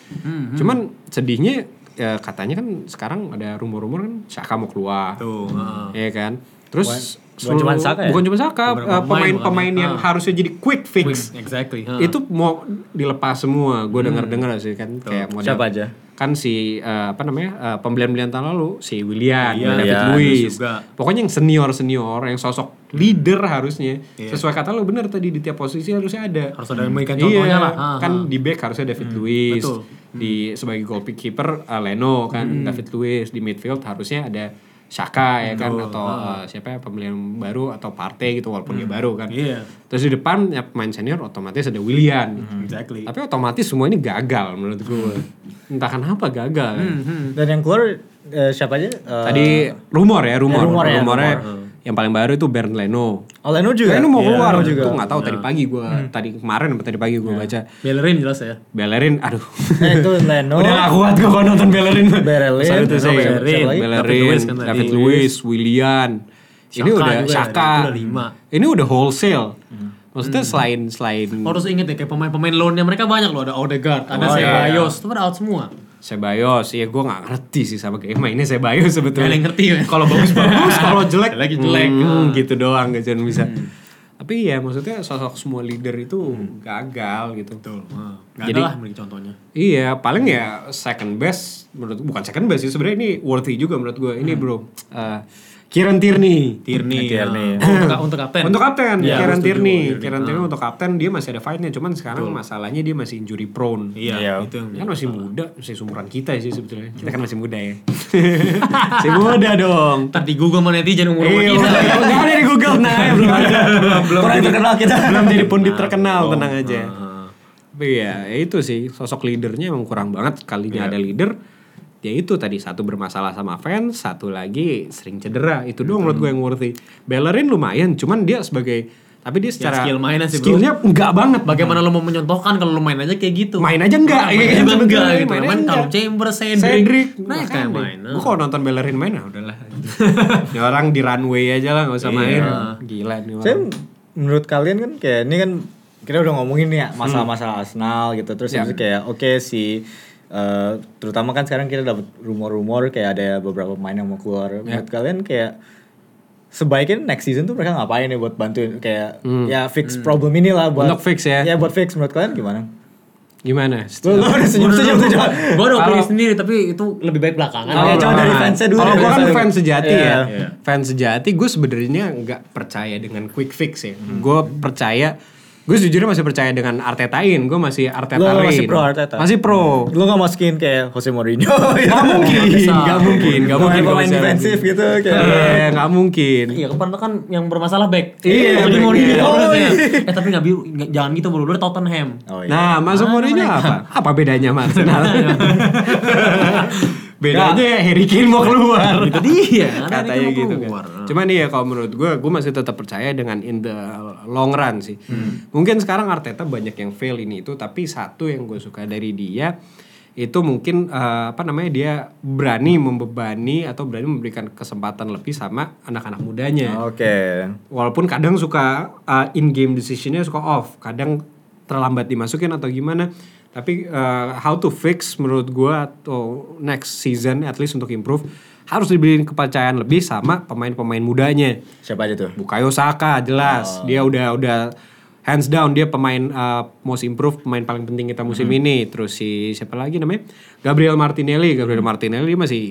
Speaker 1: Cuman sedihnya ya katanya kan sekarang ada rumor-rumor kan Saka mau keluar.
Speaker 4: Tuh.
Speaker 1: Iya kan? Terus
Speaker 2: bukan cuma
Speaker 1: seluruh-
Speaker 2: Saka ya?
Speaker 1: bukan cuma Saka,
Speaker 3: Beberapa
Speaker 1: eh,
Speaker 3: pemain Ah.
Speaker 1: pemain-pemain
Speaker 3: makanya.
Speaker 1: yang harusnya jadi quick
Speaker 3: ya.
Speaker 1: fix.
Speaker 3: Exactly. ha.
Speaker 1: Itu mau dilepas semua.
Speaker 3: Hmm.
Speaker 1: Gue denger-denger sih kan kayak model.
Speaker 2: Siapa aja?
Speaker 1: Kan si eh, apa namanya? eh, pembelian-pembelian tahun lalu si William,
Speaker 3: Iya,
Speaker 4: Willian,
Speaker 1: David
Speaker 2: Willian,
Speaker 1: Luiz.
Speaker 4: terus juga.
Speaker 1: Pokoknya yang senior-senior, yang sosok leader harusnya. Sesuai kata lo bener tadi di tiap posisi harusnya ada.
Speaker 3: Iya. harus ada yang memberikan contohnya lah. ha,
Speaker 1: Kan
Speaker 3: ha. Hmm,
Speaker 1: di back harusnya David Luiz.
Speaker 3: betul. Hmm.
Speaker 1: Di sebagai goal keeper eh, Leno kan David Luiz di midfield harusnya ada Saka ya kan atau eh, siapa ya pembelian baru atau Partey gitu walaupun dia baru kan.
Speaker 3: Iya.
Speaker 1: Terus di depan ya, pemain senior otomatis ada Willian.
Speaker 3: Hmm.
Speaker 4: Exactly.
Speaker 1: Tapi otomatis semua ini gagal menurut gue. Entah kenapa gagal. ya.
Speaker 2: Dan yang keluar eh, siapa aja? Eh,
Speaker 1: Tadi rumor ya, rumor.
Speaker 2: Ya, rumor ya,
Speaker 1: Rumornya yang paling baru itu Bernd Leno.
Speaker 2: Oh, Leno juga.
Speaker 1: Leno mau
Speaker 2: Iya,
Speaker 1: keluar
Speaker 2: Leno
Speaker 1: juga.
Speaker 2: juga.
Speaker 1: Itu nggak tahu tadi pagi gue, tadi kemarin apa tadi pagi gue baca.
Speaker 3: Bellerin jelas ya.
Speaker 1: Bellerin, aduh.
Speaker 2: Nah, itu Leno.
Speaker 1: Udah gak kuat gue kalau nonton Bellerin.
Speaker 2: Bellerin,
Speaker 1: Sorry to
Speaker 2: siapa-
Speaker 1: say.
Speaker 2: siapa lagi?
Speaker 1: Bellerin,
Speaker 3: David Luiz kan tadi.
Speaker 1: David Luiz, Willian. Ini udah
Speaker 3: Saka juga,
Speaker 1: Saka.
Speaker 3: itu udah lima.
Speaker 1: Ini udah wholesale. Maksudnya selain selain
Speaker 3: Harus inget ya kayak pemain-pemain loan-nya mereka banyak loh, ada Odegaard, ada
Speaker 2: Oh, iya.
Speaker 3: Ceballos, itu pada out semua.
Speaker 1: Sebayos, ya gue gak ngerti sih sama kayak mainnya Sebayos sebetulnya.
Speaker 3: Gak ada yang ngerti ya.
Speaker 1: Iya. Kalau bagus bagus, kalau jelek
Speaker 3: Jelek, jelek.
Speaker 1: hmm, gitu doang gak jangan bisa. Tapi ya maksudnya sosok semua leader itu gagal gitu.
Speaker 3: Nah, Gak ada
Speaker 1: Jadi-
Speaker 3: lah memberikan contohnya.
Speaker 1: Iya, paling ya second best menurut bukan second best sih sebenarnya ini worthy juga menurut gue. Ini bro, eh, Kieran Tierney. ya.
Speaker 4: Tierney.
Speaker 2: Tierney.
Speaker 3: untuk, Oh, untuk kapten.
Speaker 1: Untuk kapten,
Speaker 3: Iya,
Speaker 1: Kieran
Speaker 3: setuju,
Speaker 1: Tierney.
Speaker 3: Tierney.
Speaker 1: Kieran Tierney untuk kapten dia masih ada fightnya, cuman sekarang masalahnya dia masih injury prone.
Speaker 4: Iya,
Speaker 2: Iya.
Speaker 4: itu yang
Speaker 1: Kan masih muda, masih seumuran kita sih sebetulnya. Kita kan masih muda ya. masih muda dong.
Speaker 3: Ntar di Google sama netizen umur-umur
Speaker 1: Iya,
Speaker 3: kita.
Speaker 1: jangan dari Google nah, ya, belum ada. belum
Speaker 2: Kurang
Speaker 1: jadi-
Speaker 2: terkenal kita.
Speaker 1: belum jadi pundit terkenal, tenang aja. Tapi ya ya itu sih sosok leadernya emang kurang banget kalinya ada leader. Ya itu tadi satu bermasalah sama fans, satu lagi sering cedera. Itu doang menurut gue yang worthy. Bellerin lumayan, cuman dia sebagai Tapi dia secara
Speaker 3: skill mainnya sih, bro.
Speaker 1: skillnya enggak banget.
Speaker 3: Bagaimana lo mau menyontohkan kalau lo main aja kayak gitu?
Speaker 1: Main aja enggak,
Speaker 3: Main
Speaker 1: iya
Speaker 3: aja
Speaker 1: kan,
Speaker 3: juga enggak
Speaker 1: sebenarnya, main
Speaker 3: gitu. Main
Speaker 1: aja
Speaker 3: Carl
Speaker 1: enggak.
Speaker 3: Chamber, Cedric.
Speaker 1: Cedric,
Speaker 3: Nah, kayak main.
Speaker 1: Gue kalau nonton belerin main ah udahlah. ya orang di runway aja lah nggak usah main. Gila nih orang.
Speaker 2: Saya menurut kalian kan kayak ini kan kita udah ngomongin nih ya
Speaker 1: Hmm.
Speaker 2: masalah-masalah Arsenal gitu terus
Speaker 1: Ya.
Speaker 2: habis itu kayak oke si eh, terutama kan sekarang kita dapat rumor-rumor kayak ada beberapa pemain yang mau keluar.
Speaker 1: Ya.
Speaker 2: Menurut kalian kayak sebaiknya next season tuh mereka ngapain ya buat bantuin kayak ya fix problem ini lah buat
Speaker 1: Hmm. Untuk fix ya.
Speaker 2: Ya buat fix menurut kalian gimana?
Speaker 1: Gimana?
Speaker 2: Lu lu udah senyum senyum senyum.
Speaker 3: Gue udah pilih sendiri tapi itu lebih baik Iya, belakangan.
Speaker 2: Oh, ya,
Speaker 3: Aja.
Speaker 2: coba dari
Speaker 1: Nah,
Speaker 2: fansnya dulu.
Speaker 1: Kalau
Speaker 2: Dari
Speaker 1: gue kan
Speaker 2: fansnya dulu.
Speaker 1: fans sejati
Speaker 2: Iya.
Speaker 1: ya. Fans sejati gue sebenarnya nggak percaya dengan quick fix ya. Gue percaya Gue sejujurnya masih percaya dengan Artetain, gue masih Arteta
Speaker 2: Lo masih pro Arteta?
Speaker 1: Masih pro.
Speaker 2: Lu gak masukin kayak Jose Mourinho gitu.
Speaker 1: Gak mungkin,
Speaker 3: Bisa.
Speaker 1: gak mungkin, gak mungkin. gak
Speaker 2: Pemain pemain
Speaker 1: bisa.
Speaker 2: defensif gitu kayak.
Speaker 1: Iya, gak mungkin.
Speaker 3: Iya kemarin kan yang bermasalah back.
Speaker 1: Iya,
Speaker 3: Jadi
Speaker 1: back.
Speaker 3: mau
Speaker 1: Iya.
Speaker 3: Eh tapi nggak biru, nggak- jangan gitu bro. Lu Tottenham.
Speaker 2: Oh iya.
Speaker 1: Nah, masuk Mourinho apa? Apa bedanya sama Arsenal? bedanya ya Harry Kane mau keluar.
Speaker 3: Itu dia, karena Harry Kane
Speaker 1: Katanya
Speaker 3: mau
Speaker 1: gitu
Speaker 3: keluar.
Speaker 1: kan. Cuman iya kalau menurut gue, gue masih tetap percaya dengan in the long run sih.
Speaker 3: Hmm.
Speaker 1: Mungkin sekarang Arteta banyak yang fail ini itu, tapi satu yang gue suka dari dia itu mungkin eh, apa namanya dia berani membebani atau berani memberikan kesempatan lebih sama anak-anak mudanya
Speaker 2: Oke.
Speaker 1: walaupun kadang suka in game decisionnya suka off kadang terlambat dimasukin atau gimana tapi uh, how to fix menurut gua atau next season at least untuk improve harus diberi kepercayaan lebih sama pemain-pemain mudanya
Speaker 2: Siapa aja tuh?
Speaker 1: Bukayo Saka jelas dia udah udah hands down dia pemain uh, most improved pemain paling penting kita musim ini terus si siapa lagi namanya Gabriel Martinelli Gabriel Martinelli dia masih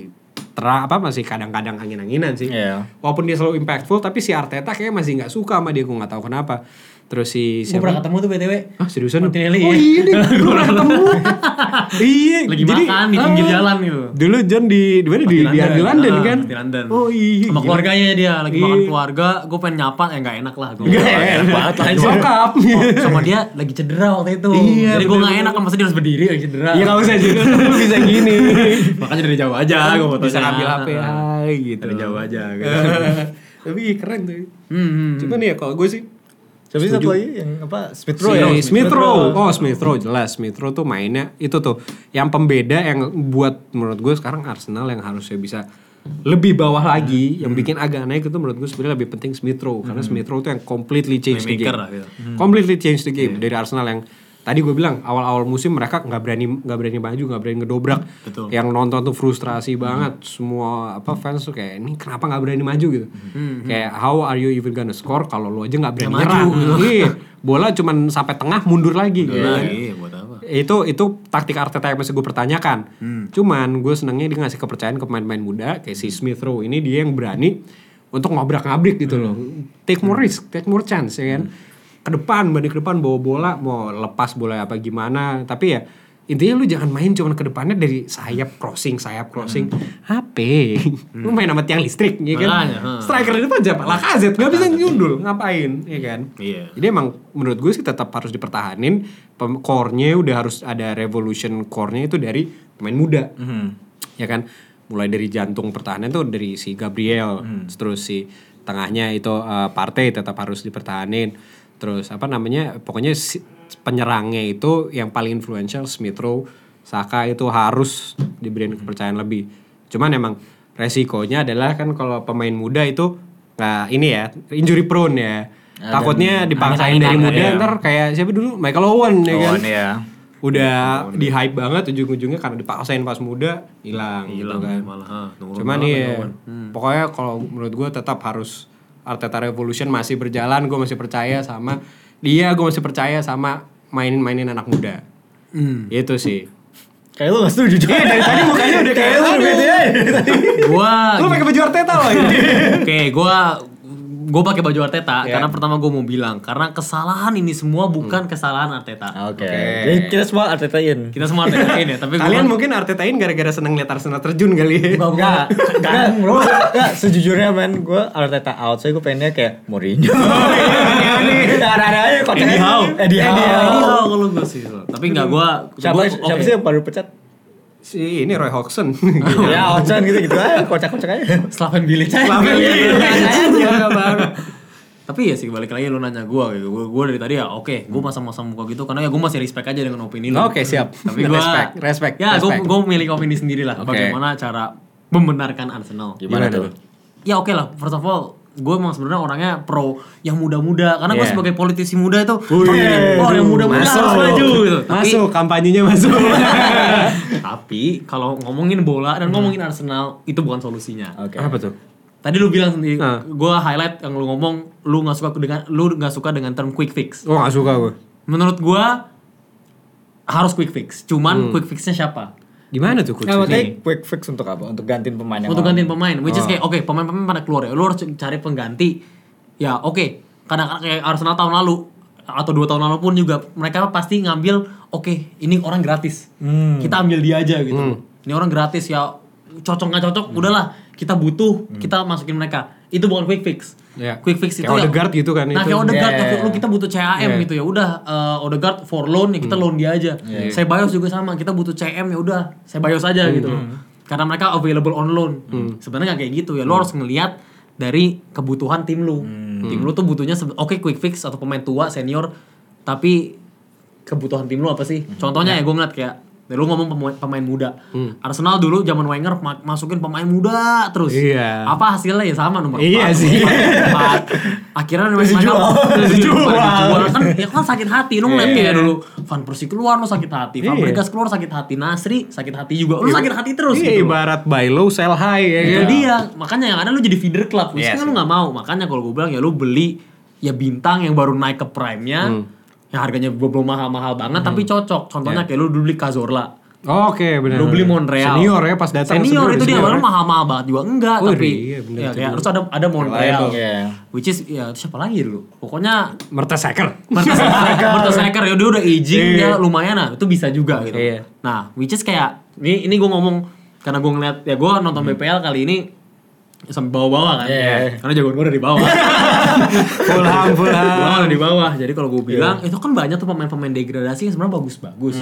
Speaker 1: tera apa masih kadang-kadang angin-anginan sih
Speaker 2: Iya.
Speaker 1: walaupun dia selalu impactful tapi si Arteta kayaknya masih nggak suka sama dia gue nggak tahu kenapa terus si
Speaker 3: Gue
Speaker 1: siapa
Speaker 3: pernah ketemu tuh btw.
Speaker 1: ah seriusan lu?
Speaker 3: Martinelli,
Speaker 1: oh
Speaker 3: iya.
Speaker 1: iya nih gue pernah ketemu iya
Speaker 3: Lagi makan di
Speaker 1: ah,
Speaker 3: pinggir jalan gitu.
Speaker 1: dulu John di di mana di, di, di London
Speaker 3: Ah,
Speaker 1: kan
Speaker 3: Di London.
Speaker 1: oh iya
Speaker 3: Sama
Speaker 1: gila.
Speaker 3: keluarganya dia lagi makan
Speaker 1: Iya.
Speaker 3: keluarga. Gue pengen nyapa, eh nggak enak lah. Gue.
Speaker 1: Nggak enak banget lah, anjir. Sokap.
Speaker 3: sama dia lagi cedera waktu itu.
Speaker 1: Iya,
Speaker 3: Jadi gue nggak
Speaker 1: bener-bener.
Speaker 3: enak lah masa dia harus berdiri lagi cedera.
Speaker 1: Iya nggak usah jadi lu bisa gini.
Speaker 3: Makanya dari jauh aja gue Ah, fotonya.
Speaker 1: bisa ngambil HP
Speaker 3: Iya.
Speaker 1: hai gitu.
Speaker 3: Dari jauh aja. gitu.
Speaker 1: Tapi keren tuh.
Speaker 3: Hmm,
Speaker 1: Cuman ya kalau gue sih
Speaker 2: Siapa sih satu lagi yang apa? Smith
Speaker 1: Pro
Speaker 2: Rowe ya?
Speaker 1: Smith Rowe. Oh Smith Rowe jelas Smith Rowe tuh mainnya itu tuh yang pembeda yang buat menurut gue sekarang Arsenal yang harusnya bisa lebih bawah lagi yang
Speaker 3: Hmm.
Speaker 1: bikin agak naik itu menurut gue sebenarnya lebih penting Smith Rowe karena Smith Rowe tuh yang completely change the game.
Speaker 3: Playmaker lah gitu.
Speaker 1: Completely change the
Speaker 3: Iya.
Speaker 1: game dari Arsenal yang tadi gue bilang awal-awal musim mereka nggak berani nggak berani maju nggak berani ngedobrak
Speaker 3: Betul. Hmm.
Speaker 1: yang nonton tuh frustrasi banget semua apa fans tuh kayak ini kenapa nggak berani maju gitu
Speaker 3: Hmm.
Speaker 1: kayak how are you even gonna score kalau lu aja nggak berani
Speaker 3: Nggak
Speaker 1: nyerang
Speaker 3: maju, gitu.
Speaker 1: Iya, bola cuman sampai tengah mundur lagi gitu
Speaker 3: Nah,
Speaker 1: kan.
Speaker 3: iya buat apa?
Speaker 1: Itu itu taktik Arteta yang masih gue pertanyakan. Cuman gue senangnya dia ngasih kepercayaan ke pemain-pemain muda kayak si Smith Rowe ini dia yang berani untuk ngobrak-ngabrik gitu loh. Take more risk, take more chance ya kan. Ke depan, balik ke depan bawa bola, mau lepas bola apa gimana, tapi ya intinya lu jangan main cuman ke depannya dari sayap crossing, sayap crossing. HP. lu main sama tiang listrik ya kan.
Speaker 3: Makanya, hmm.
Speaker 1: Striker di depan siapa? Lacazette nggak bisa nyundul, ngapain ya kan.
Speaker 3: Iya.
Speaker 1: Jadi emang menurut gue sih tetap harus dipertahanin. Pem- Core-nya udah harus ada revolution core-nya itu dari pemain muda.
Speaker 2: Mhm.
Speaker 1: Ya kan? Mulai dari jantung pertahanan tuh dari si Gabriel, terus si tengahnya itu partai tetap harus dipertahanin. Terus apa namanya? Pokoknya si- penyerangnya itu yang paling influential Smith Rowe, Saka itu harus diberiin kepercayaan lebih. Cuman emang resikonya adalah kan kalau pemain muda itu nah ini ya injury prone ya takutnya dipaksain dari
Speaker 3: angin-anginan,
Speaker 1: muda
Speaker 2: iya.
Speaker 1: ntar kayak siapa dulu Michael Owen ya kan
Speaker 2: Rowe ya.
Speaker 3: Iya,
Speaker 1: udah di hype banget ujung-ujungnya karena dipaksain pas muda hilang gitu
Speaker 3: Hilang
Speaker 1: kan
Speaker 3: malah. ha, nurun
Speaker 1: cuman
Speaker 3: malah
Speaker 1: iya
Speaker 3: nurun.
Speaker 2: Hmm.
Speaker 1: pokoknya kalau menurut gue tetap harus Arteta Revolution masih berjalan gue masih percaya sama dia gue masih percaya sama main-mainin anak muda
Speaker 2: Hmm.
Speaker 1: itu sih
Speaker 2: Kayak lu gak setuju juga.
Speaker 1: Iya, dari tadi mukanya udah kayak,
Speaker 2: lu
Speaker 1: aduh.
Speaker 2: bete aja.
Speaker 3: Gua
Speaker 1: lu pakai baju Arteta loh ini
Speaker 3: Oke, gua gue pakai baju Arteta
Speaker 1: Ya.
Speaker 3: karena pertama gue mau bilang karena kesalahan ini semua
Speaker 1: Hmm.
Speaker 3: bukan kesalahan Arteta.
Speaker 2: Oke. Jadi kita semua Artetain.
Speaker 3: Kita semua Arteta ini, tapi gua
Speaker 1: kalian mungkin Artetain gara-gara seneng liat Arsenal terjun kali
Speaker 3: Enggak, enggak.
Speaker 2: Enggak, enggak, sejujurnya men, gue Arteta out, so gue pengennya kayak Mourinho Iya, Ada-ada aja kontennya
Speaker 3: Eddie Howe.
Speaker 2: Eddie iya. Howe.
Speaker 3: Ini tahu kalau gue sih. Tapi enggak gue
Speaker 2: Siapa, siapa sih yang baru pecat?
Speaker 1: si ini Roy Hodgson Iya.
Speaker 2: Ya, Ocon gitu-gitu aja, kocak-kocak aja
Speaker 1: Iya,
Speaker 3: Slaven Bilic.
Speaker 1: Slaven Bilic.
Speaker 2: Aja.
Speaker 1: Iya, baru.
Speaker 3: Tapi ya sih balik lagi lu nanya gue, gitu. gue gue dari tadi ya oke, gue masam-masam muka gitu karena ya gue masih respect aja dengan opini lu.
Speaker 1: Hmm. Oke, siap.
Speaker 3: Tapi gue
Speaker 1: Respect, respect,
Speaker 3: Ya gue
Speaker 1: respect.
Speaker 3: gue milik opini sendiri lah.
Speaker 1: Oke.
Speaker 3: Bagaimana cara membenarkan Arsenal?
Speaker 1: Gimana
Speaker 2: Gimana tuh?
Speaker 1: tuh?
Speaker 3: Ya oke lah. First of all, gue emang sebenarnya orangnya pro yang muda-muda karena gue
Speaker 1: Yeah.
Speaker 3: sebagai politisi muda itu
Speaker 1: Wih,
Speaker 3: wah yang muda-muda
Speaker 1: masuk.
Speaker 3: harus maju gitu. Tapi-
Speaker 1: Masuk, kampanyenya masuk.
Speaker 3: tapi kalau ngomongin bola dan ngomongin Arsenal itu bukan solusinya.
Speaker 2: Oke.
Speaker 1: Apa tuh?
Speaker 3: Tadi lu bilang sendiri,
Speaker 1: Ah.
Speaker 3: gue highlight yang lu ngomong, lu nggak suka dengan lu nggak suka dengan term quick fix.
Speaker 1: Oh, gak suka gue.
Speaker 3: Menurut gue harus quick fix. Cuman quick fixnya siapa?
Speaker 1: Gimana tuh coach?
Speaker 2: Nah, makanya quick fix untuk apa? Untuk gantiin pemain yang Ah.
Speaker 3: Untuk
Speaker 2: lama.
Speaker 3: gantiin pemain, which is kayak oke pemain-pemain pada keluar ya, lu harus cari pengganti. Ya oke, kadang-kadang kayak Arsenal tahun lalu atau dua tahun lalu pun juga mereka pasti ngambil oke ini orang gratis,
Speaker 1: Hmm.
Speaker 3: kita ambil dia aja gitu. Ini orang gratis ya cocok nggak cocok, udahlah kita butuh kita masukin mereka. Itu bukan quick fix.
Speaker 1: Hmm. Ya.
Speaker 3: Quick fix itu
Speaker 1: Kayak Odegaard gitu kan,
Speaker 3: Nah,
Speaker 1: itu.
Speaker 3: kayak Odegaard
Speaker 2: Yeah.
Speaker 3: kayak lu kita butuh CAM
Speaker 1: Yeah. Hmm.
Speaker 3: gitu ya. Udah eh, Odegaard for loan ya kita loan dia aja. Saya Bayos juga sama, kita butuh CM ya udah, saya Bayos aja
Speaker 1: Hmm.
Speaker 3: gitu loh. Karena mereka available on loan. Sebenarnya nggak kayak gitu ya. Lu
Speaker 1: Hmm.
Speaker 3: harus ngelihat dari kebutuhan tim lu. Tim lu tuh butuhnya sebe- oke quick fix atau pemain tua senior tapi kebutuhan tim lu apa sih? Contohnya ya gue ngeliat kayak lu ngomong pemain, pemain muda.
Speaker 1: Hmm.
Speaker 3: Arsenal dulu zaman Wenger ma- masukin pemain muda terus.
Speaker 1: Iya.
Speaker 3: Apa hasilnya ya sama nomor
Speaker 1: Iya
Speaker 3: empat,
Speaker 1: sih.
Speaker 3: nomor empat. Akhirnya
Speaker 1: Terus
Speaker 3: mereka
Speaker 1: dijual.
Speaker 3: Dijual. kan ya kan sakit hati lu ngeliat kayak dulu Van Persie keluar lu sakit hati, Van
Speaker 1: Iya.
Speaker 3: Bregas keluar sakit hati, Nasri sakit hati juga. Lu sakit hati terus
Speaker 1: Iya,
Speaker 3: gitu. loh.
Speaker 1: ibarat buy low sell high ya
Speaker 3: Itu
Speaker 1: kan?
Speaker 3: dia. Makanya yang ada lu jadi feeder club. Which
Speaker 1: Yes,
Speaker 3: kan lu nggak mau. Makanya kalau gue bilang ya lu beli ya bintang yang baru naik ke prime-nya.
Speaker 1: Hmm.
Speaker 3: Yang harganya gue belum mahal-mahal banget tapi cocok.
Speaker 1: Iya.
Speaker 3: Contohnya kayak lu dulu beli Cazorla.
Speaker 1: Oke, benar.
Speaker 3: Lu beli
Speaker 1: Iya.
Speaker 3: Montreal.
Speaker 1: Senior ya pas datang.
Speaker 3: Senior itu dia
Speaker 1: baru
Speaker 3: baru mahal-mahal banget juga enggak
Speaker 1: Oh,
Speaker 3: tapi
Speaker 1: iya, bener,
Speaker 3: ya,
Speaker 1: itu
Speaker 3: kayak terus ada ada Montreal.
Speaker 2: Reliable, iya.
Speaker 3: Which is ya siapa lagi dulu? Pokoknya
Speaker 1: Mertesaker.
Speaker 3: Mertesaker ya dia udah aging
Speaker 1: Iya.
Speaker 3: ya lumayan lah itu bisa juga gitu.
Speaker 1: Iya.
Speaker 3: Nah, which is kayak ini ini gue ngomong karena gue ngeliat ya gue nonton BPL kali ini sampai bawah-bawah kan.
Speaker 2: Iya.
Speaker 3: Karena jagoan gue dari bawah.
Speaker 1: Fulham, Fulham.
Speaker 3: Bawah, di bawah. Jadi kalau gue bilang itu kan banyak tuh pemain-pemain degradasi yang sebenarnya bagus-bagus.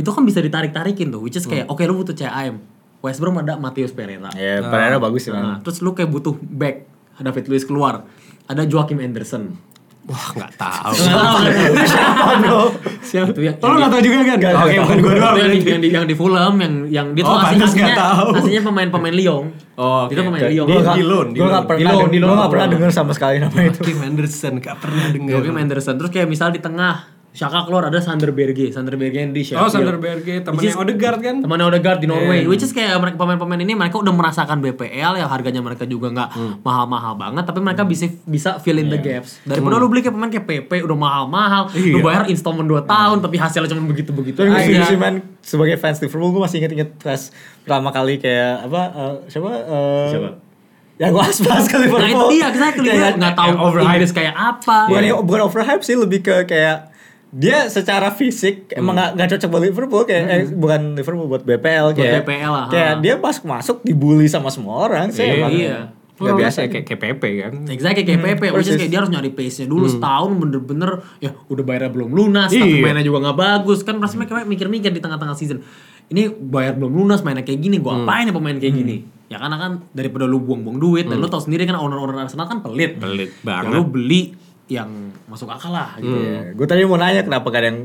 Speaker 3: Itu kan bisa ditarik-tarikin tuh which is kayak oke lu butuh CAM. West Brom ada Matheus Pereira.
Speaker 2: Ya, Pereira bagus sih, man.
Speaker 3: Nah, terus lu kayak butuh back. David Luiz keluar. Ada Joachim Anderson.
Speaker 1: Wah, nggak tahu.
Speaker 3: Siapa tuh yang
Speaker 1: Oh, lu nggak tahu juga kan? Oke, bukan gue doang.
Speaker 3: Itu yang di,
Speaker 1: berarti.
Speaker 3: yang di, yang di Fulham yang yang dia tuh
Speaker 1: Oh,
Speaker 3: asli-
Speaker 1: pantas nggak
Speaker 3: aslinya
Speaker 1: tahu.
Speaker 3: aslinya pemain-pemain Lyon.
Speaker 1: Oh, oke,
Speaker 3: Itu pemain
Speaker 1: oke.
Speaker 3: Lyon.
Speaker 1: Di-
Speaker 2: Gue
Speaker 1: di loan, di
Speaker 2: gak
Speaker 1: loan.
Speaker 2: pernah,
Speaker 3: Di loan, di
Speaker 2: gue
Speaker 3: loan.
Speaker 2: gak pernah denger sama sekali nama itu.
Speaker 1: Tim Anderson gak pernah dengar.
Speaker 3: Joachim Anderson. Terus kayak misal di tengah Shaka keluar ada Sander Berge, Sander Berge yang di Sheffield.
Speaker 1: Oh, Sander Berge, temennya
Speaker 3: Which is-
Speaker 1: Odegaard kan? Iya.
Speaker 3: Temannya Odegaard di Norway, which is kayak mereka pemain-pemain ini mereka udah merasakan BPL yang ya. harganya mereka juga nggak
Speaker 1: Hmm.
Speaker 3: mahal-mahal banget, tapi mereka bisa bisa fill in the gaps. Daripada lu beli kayak pemain kayak PP udah mahal-mahal,
Speaker 1: Iya.
Speaker 3: lu bayar installment 2 tahun tapi hasilnya cuma begitu-begitu
Speaker 2: Tapi gue setuju sih
Speaker 3: aja.
Speaker 2: man, sebagai fans Liverpool gue masih inget-inget pas pertama kali kayak apa eh, siapa? eh,
Speaker 1: Siapa?
Speaker 2: Ya gue aspas ke Liverpool.
Speaker 3: Nah itu dia, exactly. Nah, iya. Dia
Speaker 2: Kayak-
Speaker 3: nggak tahu
Speaker 1: kayak overhype.
Speaker 3: Inggris kayak apa.
Speaker 2: bukan bukan overhype sih lebih ke kayak dia secara fisik emang nggak nggak cocok buat Liverpool kayak eh,
Speaker 3: Hmm.
Speaker 2: bukan Liverpool buat BPL kayak
Speaker 3: BPL lah,
Speaker 2: kayak
Speaker 3: ha.
Speaker 2: dia pas masuk dibully sama semua orang sih
Speaker 1: Iya,
Speaker 2: emang
Speaker 3: iya.
Speaker 2: nggak biasa
Speaker 1: kayak kayak PP kan.
Speaker 3: Exactly kayak PP, which is kayak dia harus nyari pace-nya dulu setahun bener-bener ya udah bayarnya belum lunas, tapi
Speaker 1: Hmm. Iya.
Speaker 3: mainnya juga nggak bagus kan pasti mereka mikir-mikir di tengah-tengah season. Ini bayar belum lunas, mainnya kayak gini,
Speaker 1: Hmm.
Speaker 3: gua apain ya pemain kayak gini? Ya karena kan daripada lu buang-buang duit dan lu tau sendiri kan owner-owner Arsenal kan pelit.
Speaker 1: Hmm. Pelit
Speaker 3: Ya
Speaker 1: banget. Hmm.
Speaker 3: lu beli yang masuk akal lah gitu.
Speaker 2: gue Hmm. tadi mau nanya kenapa gak ada yang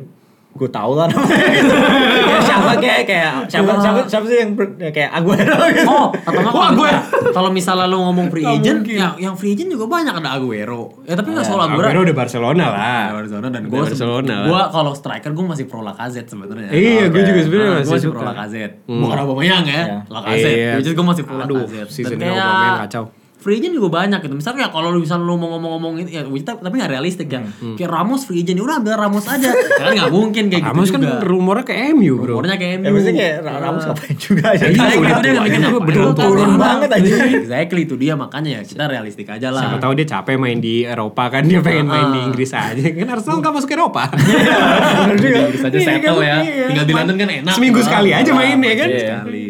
Speaker 2: gue tahu lah namanya gitu. Kayak siapa kayak kayak siapa
Speaker 3: Wah.
Speaker 2: siapa siapa sih yang ber- ya kayak Aguero gitu
Speaker 3: Ah. Oh, atau nggak
Speaker 1: Wah,
Speaker 3: kalau
Speaker 1: gue-
Speaker 3: kalau misalnya lu ngomong free
Speaker 1: Nggak
Speaker 3: agent,
Speaker 1: mungkin. Iya,
Speaker 3: ya, yang free agent juga banyak ada Aguero. Ya tapi nggak soal Aguero.
Speaker 1: Aguero udah Barcelona lah.
Speaker 3: Nah, Barcelona dan
Speaker 1: Udah
Speaker 3: gue
Speaker 1: Barcelona lah.
Speaker 3: gue kalau striker gue masih pro Lacazette sebenarnya.
Speaker 1: Iya, gue juga sebenarnya
Speaker 3: Nah,
Speaker 1: masih
Speaker 3: gue masih pro
Speaker 1: suka.
Speaker 3: Lacazette. Bukan Aubameyang ya, Lacazette.
Speaker 1: Iya.
Speaker 3: Jadi gue masih pro
Speaker 1: Aduh,
Speaker 3: Lacazette.
Speaker 1: season ini Aubameyang kacau.
Speaker 3: Free agent juga banyak gitu. Misalnya ya kalau lu misalnya lu mau ngomong-ngomongin ya which- tapi nggak realistik ya. Kayak Ramos free agent ya udah ambil Ramos aja. kan nggak mungkin kayak gitu
Speaker 1: Ramos kan
Speaker 3: juga.
Speaker 1: rumornya ke MU, Bro.
Speaker 3: Rumornya kayak
Speaker 2: ya
Speaker 3: MU.
Speaker 2: maksudnya kayak Ra- Ramos ngapain juga aja
Speaker 3: Ah. Iya,
Speaker 1: Iya,
Speaker 3: gitu dia nggak mikir
Speaker 1: udah
Speaker 3: ngapain.
Speaker 1: turun
Speaker 3: Lu kan
Speaker 2: turun
Speaker 3: orang.
Speaker 2: banget aja.
Speaker 3: Exactly itu dia makanya ya kita realistik aja lah.
Speaker 1: Siapa tahu dia capek main di Eropa kan dia pengen main
Speaker 3: Ah.
Speaker 1: di Inggris aja. Kan Arsenal nggak masuk Eropa.
Speaker 2: Bener juga.
Speaker 3: bisa aja
Speaker 2: Iya, kan?
Speaker 3: settle ya.
Speaker 2: Iya.
Speaker 3: Tinggal di London kan enak.
Speaker 1: Seminggu
Speaker 3: Nah,
Speaker 1: sekali aja
Speaker 3: nah,
Speaker 1: main, ya kan?
Speaker 3: seminggu Sekali.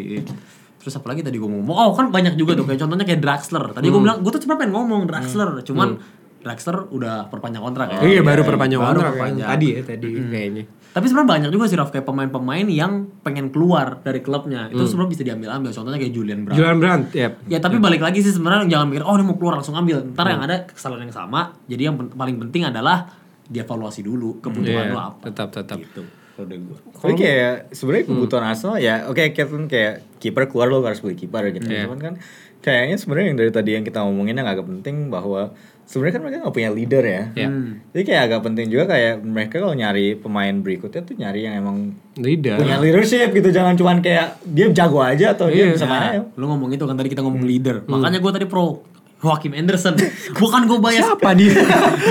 Speaker 3: Terus apa lagi Hmm. tadi gue ngomong? Oh kan banyak juga tuh kayak contohnya kayak Draxler. Tadi gue bilang gue tuh cuma pengen ngomong Draxler, cuman Draxler udah perpanjang kontrak ya.
Speaker 1: iya baru perpanjang
Speaker 3: baru
Speaker 1: kontrak kan.
Speaker 3: perpanjang.
Speaker 1: tadi ya tadi kayaknya.
Speaker 3: Tapi sebenarnya banyak juga sih Raf kayak pemain-pemain yang pengen keluar dari klubnya. Itu sebenarnya bisa diambil-ambil. Contohnya kayak Julian Brandt.
Speaker 1: Julian Brandt ya.
Speaker 3: Ya tapi balik lagi sih sebenarnya jangan mikir oh ini mau keluar langsung ambil. Ntar yang ada kesalahan yang sama. Jadi yang pen- paling penting adalah dievaluasi dulu kebutuhan lo apa.
Speaker 1: Iya, tetap tetap.
Speaker 3: Gitu. Kalau Hmm. dari gua.
Speaker 2: Tapi kayak sebenarnya kebutuhan Arsenal ya oke Kevin kayak kiper keluar lo harus beli kiper gitu.
Speaker 3: Iya.
Speaker 2: Cuman kan kayaknya sebenarnya yang dari tadi yang kita ngomonginnya agak penting bahwa sebenarnya kan mereka nggak punya leader ya.
Speaker 3: Iya. Hmm.
Speaker 2: Jadi kayak agak penting juga kayak mereka kalau nyari pemain berikutnya tuh nyari yang emang
Speaker 1: Lidah.
Speaker 2: punya leadership gitu jangan cuman kayak dia jago aja atau dia bisa main. aja.
Speaker 3: Ya, Lu ngomong itu kan tadi kita
Speaker 2: Hmm.
Speaker 3: ngomong leader. Makanya gua tadi pro Joachim Anderson. Bukan gua bias.
Speaker 1: Siapa dia?